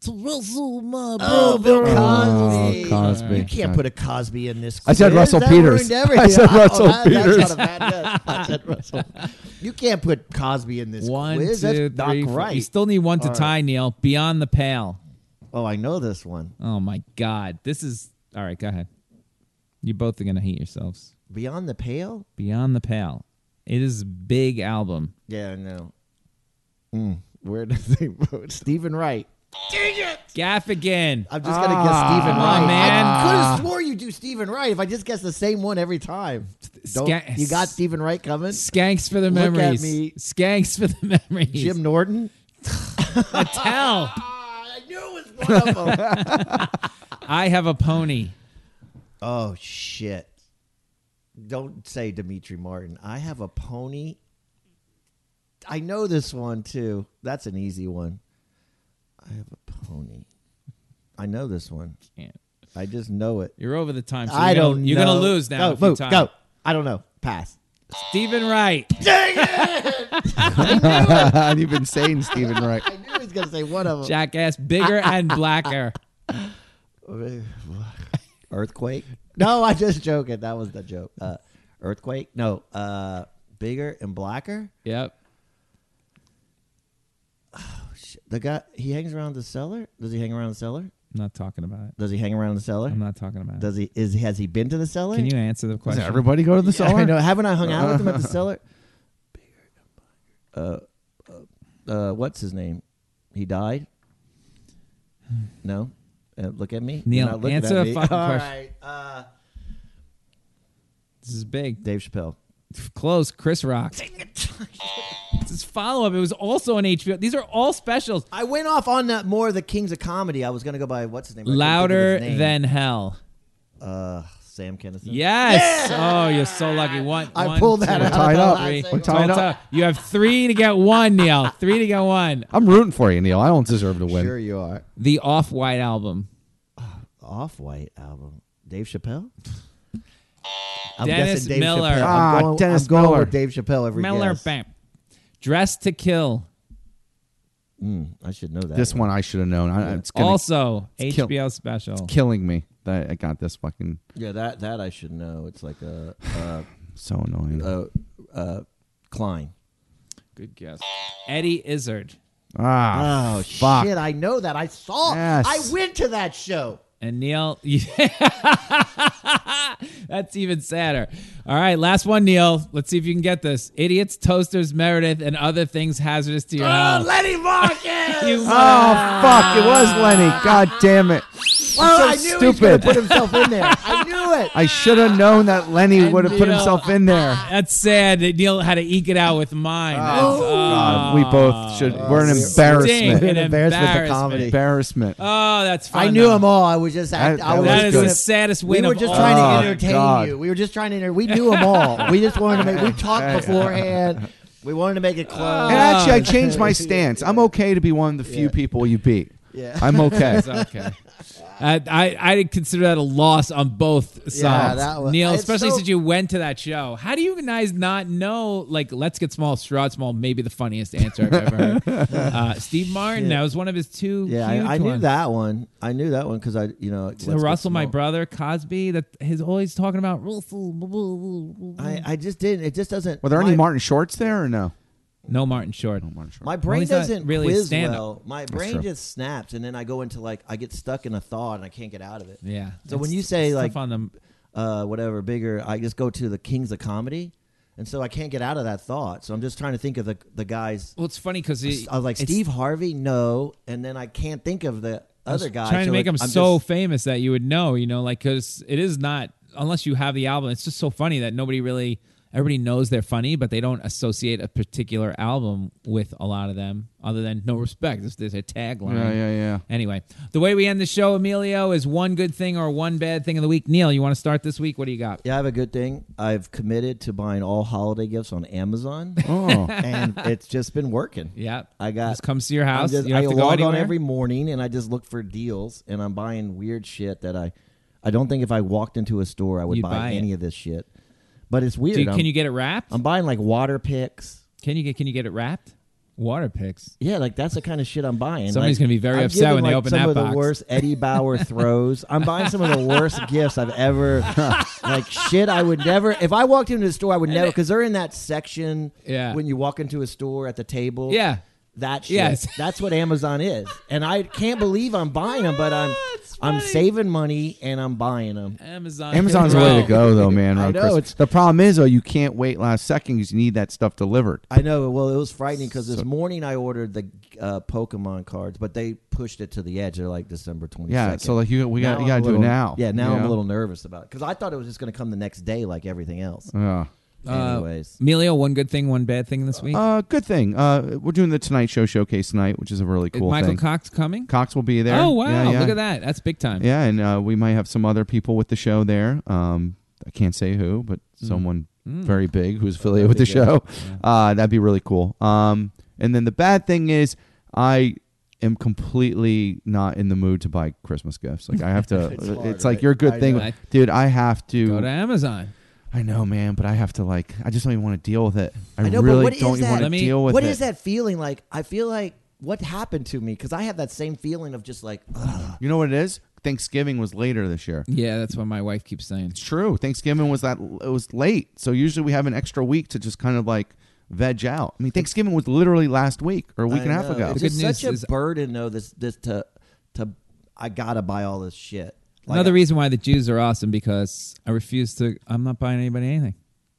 G: To Russell, my
H: Oh,
G: Bill
I: Oh,
G: Cosby.
I: Cosby.
G: You can't put a Cosby in this.
I: I said
G: quiz.
I: Russell
G: That
I: Peters.
G: ruined everything.
I: I said
G: Oh,
I: Russell
G: that-
I: Peters.
G: That's not a bad guess. I said Russell. You can't put Cosby in this
H: One, two,
G: quiz. that's
H: three,
G: not
H: four. You
G: right.
H: still need one to
G: All right.
H: tie, Neil. Beyond the pale.
G: Oh, I know this one.
H: Oh my God, this is all right. Go ahead. You both are gonna hate yourselves.
G: Beyond the pale.
H: Beyond the pale. It is a big album.
G: Yeah, I know. Mm, where did they vote? Stephen Wright.
H: Gaffigan.
G: I'm just gonna guess Stephen Wright.
H: man.
G: I could have swore you do Stephen Wright if I just guessed the same one every time. Don't-
H: Sca-
G: you got Stephen Wright coming?
H: Skanks for the
G: Look at
H: memories.
G: me.
H: Skanks for the memories.
G: Jim Norton?
H: Tell.
G: I knew it was one of them.
H: I have a pony.
G: oh shit! Don't say Dimitri Martin. I have a pony. I know this one too. That's an easy one. I have a pony. I know this one.
H: Can't.
G: I just know it.
H: You're over the time. So
G: I
H: you're
G: don't.
H: Gonna, you're
G: know.
H: gonna lose now.
G: Go,
H: if you
G: move,
H: tie.
G: go. I don't know. Pass.
H: Stephen Wright.
I: You've been saying Stephen Wright.
G: I knew he was going to say one of them.
H: Jackass, bigger and blacker.
G: Earthquake? No, I'm just joking. That was the joke. Uh, earthquake? No. Uh, bigger and blacker?
H: Yep.
G: Sh- The guy, he hangs around the cellar? Does he hang around the cellar?
H: I'm not talking about it.
G: Does he hang around the cellar?
H: I'm not talking about it.
G: Does he, is, has he been to the cellar?
H: Can you answer the
I: Does
H: question?
I: everybody go to the cellar?
G: I know. Haven't I hung out with him at the cellar? Uh, uh, uh, what's his name? He died. No. Uh, look at me. You're
H: Neil,
G: not looking
H: answer
G: at
H: a
G: me.
H: fucking
G: All
H: question.
G: right, uh,
H: this is big.
G: Dave Chappelle.
H: Close. Chris Rock. This follow up. It was also on HBO. These are all specials.
G: I went off on that more of the Kings of Comedy. I was going to go by what's his name. but I couldn't think of
H: Louder
G: his name.
H: than hell.
G: uh, Sam Kennison.
H: Yes. Oh, you're so lucky. One.
G: I
H: one,
G: pulled that
H: two,
G: out.
I: tied up.
H: three.
I: We're tied
H: Total-
I: up.
H: You have three to get one, Neil. Three to get one.
I: I'm rooting for you, Neil. I don't deserve to win.
G: Sure you are.
H: The Off White album.
G: Off White album. Dave Chappelle. I'm
H: Dennis
G: guessing Dave
H: Miller.
G: Chappelle.
I: Ah,
G: I'm going,
I: Dennis
G: I'm going
I: Miller.
G: with Dave Chappelle every
H: Miller.
G: guess.
H: Bam. Dress to Kill.
G: Hmm, I should know that.
I: This one I should have known. I, Uh, It's gonna,
H: also
I: it's kill-
H: HBO special.
I: killing me that I got this fucking
G: Yeah, that that I should know. It's like a uh,
I: so annoying.
G: uh, uh, Klein.
H: Good guess. Eddie Izzard
I: ah, fuck.
G: Oh, Shit, I know that. I saw.
I: Yes.
G: I went to that show.
H: and Neil. That's even sadder. All right, last one, Neil. Let's see if you can get this. Idiots, toasters, Meredith, and other things hazardous to your health.
G: Lenny Marcus.
H: You
I: Oh fuck! It was Lenny. God damn it!
G: Oh, I
I: so
G: knew he was gonna
I: stupid.
G: put himself in there. I knew it.
I: I should have known that Lenny would have put
G: uh,
H: Neil.
I: himself in there.
H: That's sad that Neil had to eke it out with mine. That's-
I: Ah,
G: Ah.
H: Ah.
I: God, Uh, we both should. we're an
G: Stink.
I: embarrassment.
H: An embarrassment.
G: to comedy.
I: Embarrassment.
H: Oh, that's fun.
G: I knew
H: though.
G: them all. I was just. I,
I: That-
G: I
I: that
G: was
I: was
H: That
G: just
H: is
I: good.
H: the
G: gonna-
H: saddest
G: We
H: win
G: were
H: of
G: just
H: all
G: trying
H: time.
G: to entertain
I: God.
G: you. We were just trying to. Enter- we knew them all. We just wanted to make. We talked beforehand. We wanted to make it
H: Oh,
G: close.
I: and actually, I changed my stance. I'm okay to be one of the few people you beat.
G: Yeah.
I: I'm okay.
H: It's okay. I, I I consider that a loss on both sides.
G: that was-
H: Neil,
G: it's
H: especially
G: so-
H: since you went to that show. How do you guys not know? Like, let's get small. Straw small, maybe the funniest answer I've ever heard. Uh, Steve Martin, that was one of his two.
G: yeah,
H: huge
G: I, I knew
H: ones.
G: that one. I knew that one because I, you know, let's
H: To
G: get
H: Russell, my
G: small.
H: brother, Cosby, that he's always talking about Russell.
G: I, I just didn't. It just doesn't.
I: Were there
G: my,
I: any Martin Shorts there or no?
H: No, Martin Short.
G: My
H: Well,
G: brain
H: he's not
G: doesn't
H: really a
G: quiz
H: stand-up.
G: well. My brain
I: true.
G: just snaps, and then I go into like I get stuck in a thought, and I can't get out of it.
H: Yeah.
G: So when
H: It's
G: you say,
H: stuff
G: like,
H: on the
G: uh, whatever bigger, I just go to the kings of comedy, and so I can't get out of that thought. So I'm just trying to think of the the guys.
H: well, it's funny because
G: I was like Steve Harvey, no, and then I can't think of the other guy.
H: Trying
G: so
H: to make
G: it-
H: him
G: I'm
H: so
G: just-
H: famous that you would know, you know, like because it is not unless you have the album. It's just so funny that nobody really, everybody knows they're funny, but they don't associate a particular album with a lot of them, other than "No Respect." There's, there's a tagline.
I: Yeah, yeah, yeah.
H: Anyway, the way we end the show, Emilio, is one good thing or one bad thing of the week. Neil, you want to start this week? What do you got?
G: yeah, I have a good thing. I've committed to buying all holiday gifts on Amazon,
I: Oh,
G: and it's just been working.
H: Yeah,
G: I got.
H: Just comes to your
G: I'm
H: house.
G: just-
H: you don't
G: I
H: have to go
G: log on
H: anywhere.
G: every morning and I just look for deals and I'm buying weird shit that I, I don't think if I walked into a store I would
H: You'd
G: buy,
H: buy it.
G: any of this shit. But it's weird.
H: Do you-
G: I'm,
H: can you get it wrapped?
G: I'm buying like water picks.
H: can you get Can you get it wrapped? Water picks.
G: Yeah, like that's the kind of shit I'm buying.
H: Somebody's
G: Like,
H: gonna be very
G: I'm
H: upset
G: giving,
H: when they
G: like,
H: open
G: some
H: that
G: of
H: box.
G: the worst Eddie Bauer throws. I'm buying some of the worst gifts I've ever. like shit, I would never. If I walked into a store, I would never because they're in that section.
H: Yeah.
G: When you walk into a store at the table.
H: Yeah.
G: that shit.
H: Yes.
G: That's what Amazon is. And I can't believe I'm buying them, but I'm
H: Ah,
G: I'm saving money and I'm buying them.
H: Amazon.
I: Amazon's the way to go, though, man.
G: I
I: around
G: know,
I: Christmas.
G: it's-
I: the problem is, though, you can't wait last second because you need that stuff delivered.
G: I know. Well, it was frightening because this morning I ordered the uh, Pokemon cards, but they pushed it to the edge. They're like December 22nd.
I: Yeah, so like you, we
G: Now
I: got you
G: I'm
I: got
G: a
I: to do it
G: little-
I: now.
G: Yeah, now
I: you
G: I'm a
I: know?
G: little nervous about it because I thought it was just going to come the next day like everything else.
I: Yeah.
G: Anyways.
H: Emilio, one good thing, one bad thing this week.
I: Uh, good thing. Uh, we're doing the Tonight Show showcase tonight, which is a really cool
H: Michael
I: thing.
H: Cox coming.
I: Cox will be there.
H: Oh wow!
I: Yeah, yeah.
H: Look at that. That's big time.
I: Yeah, and uh, we might have some other people with the show there. Um, I can't say who, but
H: Mm.
I: someone very big who's affiliated with the show. Uh, that'd be really cool. Um, and then the bad thing is, I am completely not in the mood to buy Christmas gifts. Like I have to. it's,
G: hard,
I: like
G: right?
I: your good
G: I
I: thing,
H: know.
I: dude. I have to.
H: Go to Amazon.
I: I know, man, but I have to like. I just don't even want to deal with it. I,
G: I know, but
I: really
G: what is
I: don't even
G: that?
I: want to
H: Let me-
I: deal with
G: What
I: it.
G: is that feeling like? I feel like what happened to me because I have that same feeling of just like ugh.
I: You know what it is? Thanksgiving was later this year.
H: Yeah, that's what my wife keeps saying.
I: It's true. Thanksgiving was that it was late, so usually we have an extra week to just kind of like veg out. I mean, Thanksgiving was literally last week or a week
G: I
I: and a half
G: know.
I: ago.
G: It's
H: The
G: just
H: good news
G: such a
H: is-
G: burden though. This this to to I gotta buy all this shit. Like,
H: Another reason why the Jews are awesome because I refuse to. I'm not buying anybody anything.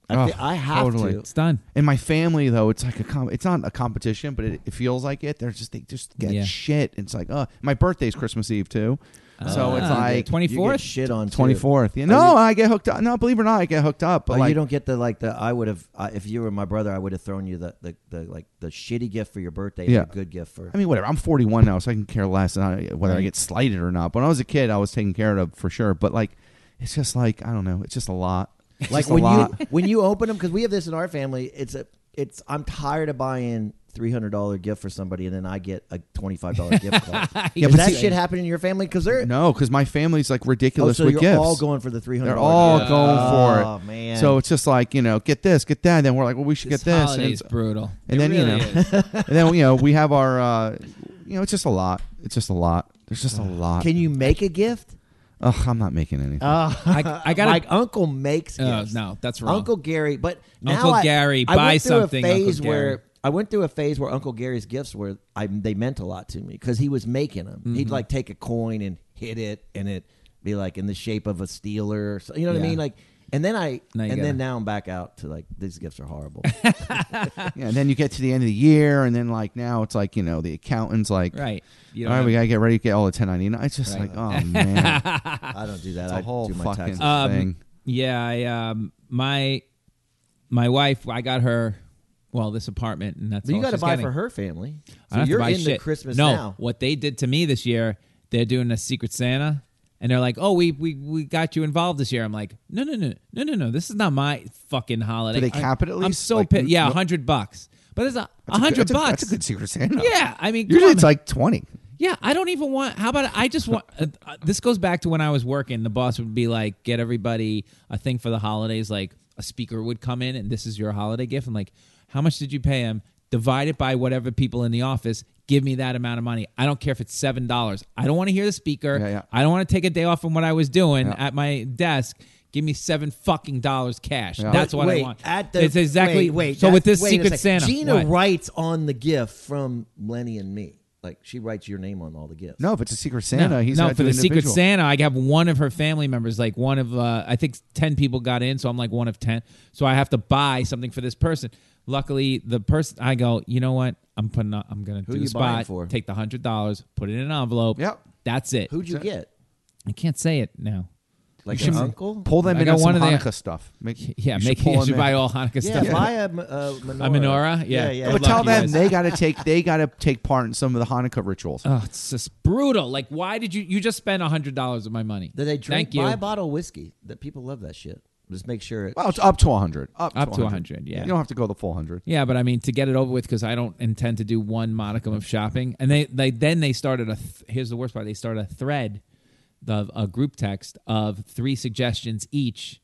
G: I, thi-
I: Ugh,
G: I have
I: totally.
G: to.
H: It's done.
I: In my family, though, it's like a com- it's not a competition, but it, it feels like it. They're just they just get
H: Yeah.
I: shit. It's like, uh, my birthday's Christmas Eve too, so it's
H: Ah,
I: like
H: twenty
G: Uh, You get
H: fourth.
G: shit on too.
I: twenty fourth. Yeah, no, I get hooked up. No, believe it or not, I get hooked up. But
G: Oh,
I: like,
G: you don't get the like the I would have I if you were my brother I would have thrown you the, the, the like the shitty gift for your birthday
I: Yeah.
G: and the good gift for
I: I mean, whatever. I'm 41 now, so I can care less uh, whether I
H: Right.
I: get slighted or not. But when I was a kid, I was taken care of for sure. But like, it's just like I don't know. It's just a lot. It's
G: like
I: just a
G: when
I: lot.
G: you when you open them because we have this in our family it's a it's I'm tired of buying three hundred dollar gift for somebody and then I get a twenty five dollar gift card.
H: Yeah,
G: Does
I: but
G: that
I: see-
G: shit happen in your family? Because they're
I: no, because my family's like
G: oh,
I: ridiculous
G: so
I: with
G: you're
I: gifts.
G: all going for the three hundred.
I: They're all
H: gift.
I: going for it.
G: Oh, man.
I: So it's just like you know, get this, get that. And then we're like, well, we should
H: This
I: get this. And,
H: holiday is
I: it's-
H: brutal. It
I: and then
H: really
I: you know,
H: is.
I: and then you know, we have our, uh, you know, it's just a lot. It's just a lot. There's just a lot.
G: Can you Uh. make a gift?
I: Ugh, I'm not making anything.
H: I, I got.
G: like Uncle makes
H: Oh,
G: gifts.
H: no, that's wrong.
G: Uncle Gary, but now
H: Uncle
G: I-
H: Gary,
G: I
H: buy
G: went through
H: something,
G: A
H: Uncle
G: phase
H: Gary.
G: where I went through a phase where Uncle Gary's gifts were I, they meant a lot to me because he was making them.
H: Mm-hmm.
G: He'd like take a coin and hit it, and it be like in the shape of a steeler. Or so, you know what
H: Yeah.
G: I mean? Like, and then I
H: Now
G: and
H: you gotta-
G: then now I'm back out to like these gifts are horrible.
I: yeah, and then you get to the end of the year, and then like now it's like you know the accountant's like,
H: Right. You
I: All
H: don't
I: right,
H: have-
I: we gotta get ready to get all the 1099. It's just
H: Right.
I: like, oh man,
G: I don't do that.
I: It's a
G: I
I: whole
G: do my
I: fucking-
G: taxes.
I: Uh,
H: Um,
I: thing.
H: Yeah, I, um, my my wife. I got her. Well, this apartment, and that's
G: But you
H: got to
G: buy for her family.
H: oh, I
G: So
H: don't have to
G: you're
H: buy
G: in the
H: shit.
G: Christmas
H: no,
G: now.
H: what they did to me this year, they're doing a Secret Santa, and they're like, "Oh, we we we got you involved this year." I'm like, "No, no, no, no, no, no. This is not my fucking holiday."
I: Do they
H: I-
I: cap it at
H: I'm
I: least?
H: so
I: Like,
H: pissed. Yeah,
I: no-
H: a hundred bucks. But it's a
I: That's good-
H: hundred
I: that's
H: bucks.
I: That's a good Secret Santa.
H: Yeah, I mean, come
I: usually
H: on,
I: it's
H: man.
I: like 20.
H: Yeah, I don't even want. How about I just want? Uh, uh, this goes back to when I was working. The boss would be like, "Get everybody a thing for the holidays." Like a speaker would come in, and this is your holiday gift. I'm like, "How much did you pay him? Divide it by whatever people in the office. Give me that amount of money. I don't care if it's seven dollars. I don't want to hear the speaker.
I: Yeah, yeah.
H: I don't want to take a day off from what I was doing
I: Yeah.
H: at my desk." Give me seven fucking dollars cash.
I: Yeah.
H: That's
G: But
H: what
G: wait,
H: I want.
G: At the,
H: it's exactly
G: wait, wait,
H: so.
G: that's-
H: With this
G: wait a
H: Secret
G: second.
H: Santa,
G: Gina
H: what?
G: writes on the gift from Lenny and me. Like she writes your name on all the gifts.
I: No, if it's a Secret Santa, he's
H: no
I: not
H: for
I: an
H: the Secret
I: individual.
H: Santa. I have one of her family members, like one of uh, I think ten people got in, so I'm like one of ten. So I have to buy something for this person. Luckily, the person I go, you know what? I'm putting. i I'm gonna do
G: you
H: a
G: buying
H: spot.
G: for?
H: Take the hundred dollars, put it in an envelope.
I: Yep.
H: that's it.
G: Who'd you get?
H: I can't say it now.
G: Like
H: should-
G: an uncle?
I: Pull them
H: I
I: in
H: got
I: on
H: one
I: some
H: of the-
I: Hanukkah stuff. Make,
H: Yeah,
I: you
H: make
I: pull
H: you
I: them
H: should
I: in.
H: buy all Hanukkah
G: yeah,
H: stuff.
G: buy a, m- uh, menorah.
H: menorah? Yeah.
G: yeah. yeah.
H: Good
I: But
H: luck,
I: tell
H: you
I: them
H: guys.
I: they gotta take they gotta take part in some of the Hanukkah rituals.
H: Oh, it's just brutal. Like, why did you? You just spent hundred dollars of my money.
G: Do they drink?
H: Thank you.
G: Buy a bottle of whiskey. That people love that shit. Just make sure. It,
I: well, it's up to 100. Up,
H: Up to
I: to
H: 100, yeah.
I: You don't have to go the full 100.
H: Yeah, but I mean to get it over with because I don't intend to do one modicum of shopping. And they, they then they started a th- here's the worst part they started a thread, of a group text of three suggestions each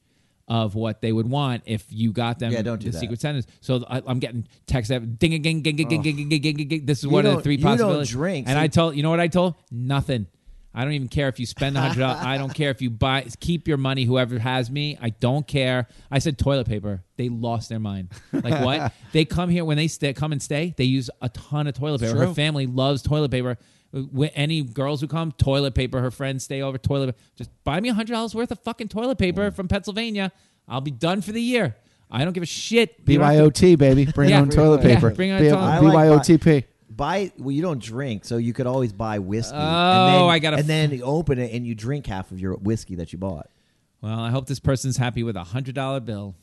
H: of what they would want if you got them.
G: Yeah, don't do
H: the
G: that.
H: secret sentence. So I, I'm getting text that ding ding ding ding ding ding ding ding ding. This is one of the
G: don't-
H: three
G: you don't
H: possibilities.
G: drink,
H: And
G: so-
H: I told you know what I told nothing. I don't even care if you spend a hundred dollars. I don't care if you buy. Keep your money, whoever has me. I don't care. I said toilet paper. They lost their mind. Like what? they come here when they stay, come and stay. They use a ton of toilet paper. Her
I: true.
H: family loves toilet paper. Wh- Any girls who come, toilet paper. Her friends stay over. Toilet. paper. Just buy me a hundred dollars worth of fucking toilet paper from Pennsylvania. I'll be done for the year. I don't give a shit. You don't have to-
I: BYOT, baby. Bring
H: Yeah.
I: on toilet
H: Yeah,
I: paper.
H: bring on
I: B-
H: toilet-
G: I like
I: BYOTP.
G: buy. Well, you don't drink, so you could always buy whiskey.
H: Oh, I gotta
G: And then you open it and you drink half of your whiskey that you bought.
H: Well, I hope this person's happy with a hundred dollar bill.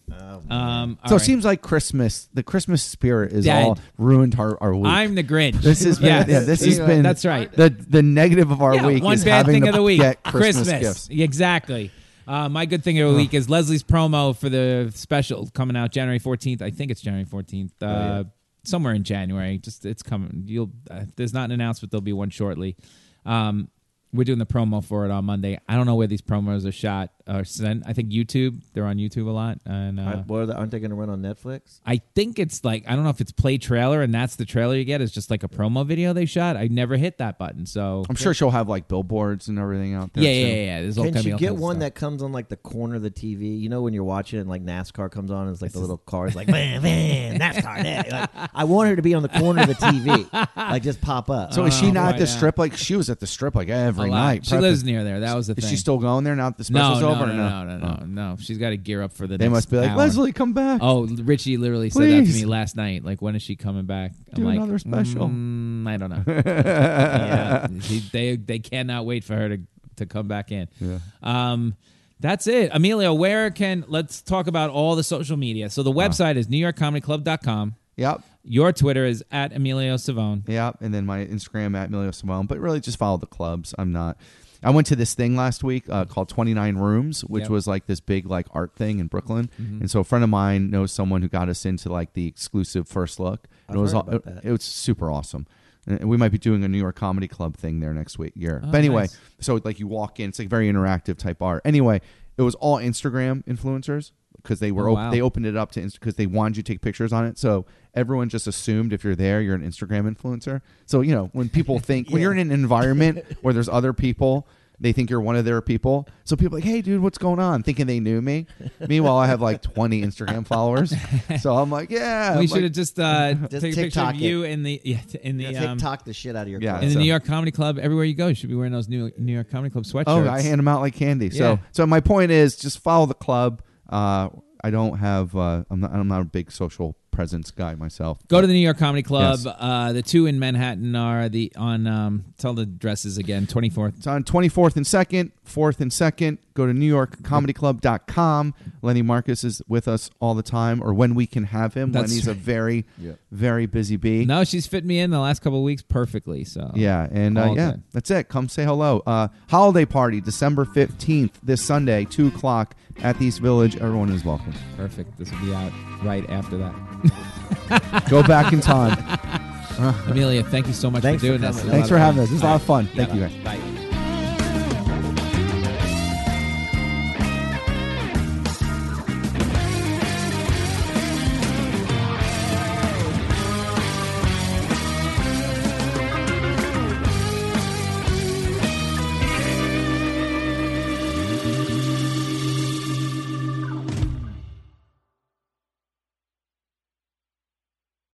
H: um, all
I: So it
H: right.
I: seems like Christmas, the Christmas spirit is
H: Dead.
I: all ruined our, our week.
H: I'm the Grinch.
I: This has been
H: Yes.
I: yeah, this has been
H: That's right.
I: The the negative of our
H: yeah,
I: week
H: one
I: is
H: bad
I: having
H: thing
I: to
H: of the week.
I: get Christmas, gifts.
H: exactly. Uh, my good thing of the week is Leslie's promo for the special coming out January 14th. I think it's January 14th.
I: Oh,
H: Uh, Somewhere in January. Just it's coming. You'll uh, there's not an announcement. There'll be one shortly. Um, We're doing the promo for it on Monday. I don't know where these promos are shot or sent. I think YouTube. They're on YouTube a lot, and uh,
G: Uh-huh.
J: I- what are they, aren't they going to run on Netflix?
H: I think it's like I don't know if it's play trailer and that's the trailer you get. It's just like a promo video they shot. I never hit that button, so
I: I'm sure she'll have like billboards and everything out there.
H: yeah,
I: too.
H: yeah, yeah, yeah. There's all
J: Can
H: gonna be
J: you
H: all
J: get
H: kinds of
J: one
H: stuff.
J: that comes on like the corner of the TV? You know when you're watching and like NASCAR comes on and it's like the little cars like bam, bam, NASCAR. yeah." Like, I want her to be on the corner of the TV, like just pop up.
I: So is she
H: Oh,
I: not
H: right
I: at the
H: now.
I: strip? Like she was at the strip like
H: A
I: every
H: lot.
I: night.
H: She
I: prepping.
H: lives near there. That was the
I: Is
H: thing.
I: she still going there now? That the
H: no,
I: special's
H: no,
I: over?
H: no,
I: or Oh.
H: no, no, no, no. She's got to gear up for the.
I: They
H: next
I: must be like
H: hour.
I: Leslie, come back.
H: Oh, Richie literally said that to
I: Please.
H: me last night. Like, when is she coming back? I'm
I: Do
H: like,
I: another special.
H: "Mm, I don't know. yeah, she- they they cannot wait for her to to come back in. Um, that's it, Emilio. Where can let's talk about all the social media? So the website is newyorkcomedyclub.com.
I: Yep,
H: Your Twitter is at Emilio Savone.
I: yep. And then my Instagram at Emilio Simone. But really, just follow the clubs. I'm not. I went to this thing last week uh, called 29 Rooms, which
H: Yep. Mm-hmm.
I: was like this big like art thing in Brooklyn. And so a friend of mine knows someone who got us into like the exclusive first look. And it was
J: heard
I: all-
J: about that.
I: it was super awesome. And we might be doing a New York Comedy Club thing there next week. Year,
H: Oh,
I: but anyway,
H: nice.
I: so like you walk in, it's like very interactive type art. Anyway, it was all Instagram influencers because they were
H: Oh,
I: op-
H: wow.
I: they opened it up to because they wanted you to take pictures on it. So everyone just assumed if you're there, you're an Instagram influencer. So you know when people think when you're in an environment where there's other people. They think you're one of their people. So people are like, hey, dude, what's going on? Thinking they knew me. Meanwhile, I have like 20 Instagram followers. So I'm like, yeah.
H: We
I: I'm
H: should
I: like-
H: have just, uh,
J: Just
H: take a picture
J: TikTok
H: of
J: it.
H: you in the yeah, t- in the um,
J: TikTok the shit out of your
I: Yeah.
J: car.
H: in the
I: So-
H: New York Comedy Club. Everywhere you go, you should be wearing those New New York Comedy Club sweatshirts.
I: Oh, I hand them out like candy. So,
H: Yeah.
I: so my point is, just follow the club. Uh, I don't have. Uh, I'm not. I'm not a big social presence guy myself.
H: Go to the New York Comedy Club.
I: Yes.
H: Uh, the two in Manhattan are the on. Um, tell the dresses again. Twenty fourth.
I: It's on 24th and 2nd, 4th and 2nd. Go to newyorkcomedyclub.com. Lenny Marcus is with us all the time, or when we can have him.
H: That's
I: Lenny's a
H: right.
I: very, very busy bee.
H: No, she's fit me in the last couple of weeks perfectly. So
I: Yeah, and uh,
H: All
I: yeah,
H: good.
I: that's it. Come say hello. Uh, holiday party, December 15th, this Sunday, 2 o'clock at the East Village. Everyone is welcome.
H: perfect. This will be out right after that.
I: Go back in time.
H: Amelia, thank you so much
J: Thanks
H: for
J: for
H: doing this.
J: coming.
H: It was a lot
I: Thanks for
H: of fun.
I: having us. It was a lot of fun.
H: Yeah,
I: Thank you guys.
H: Bye.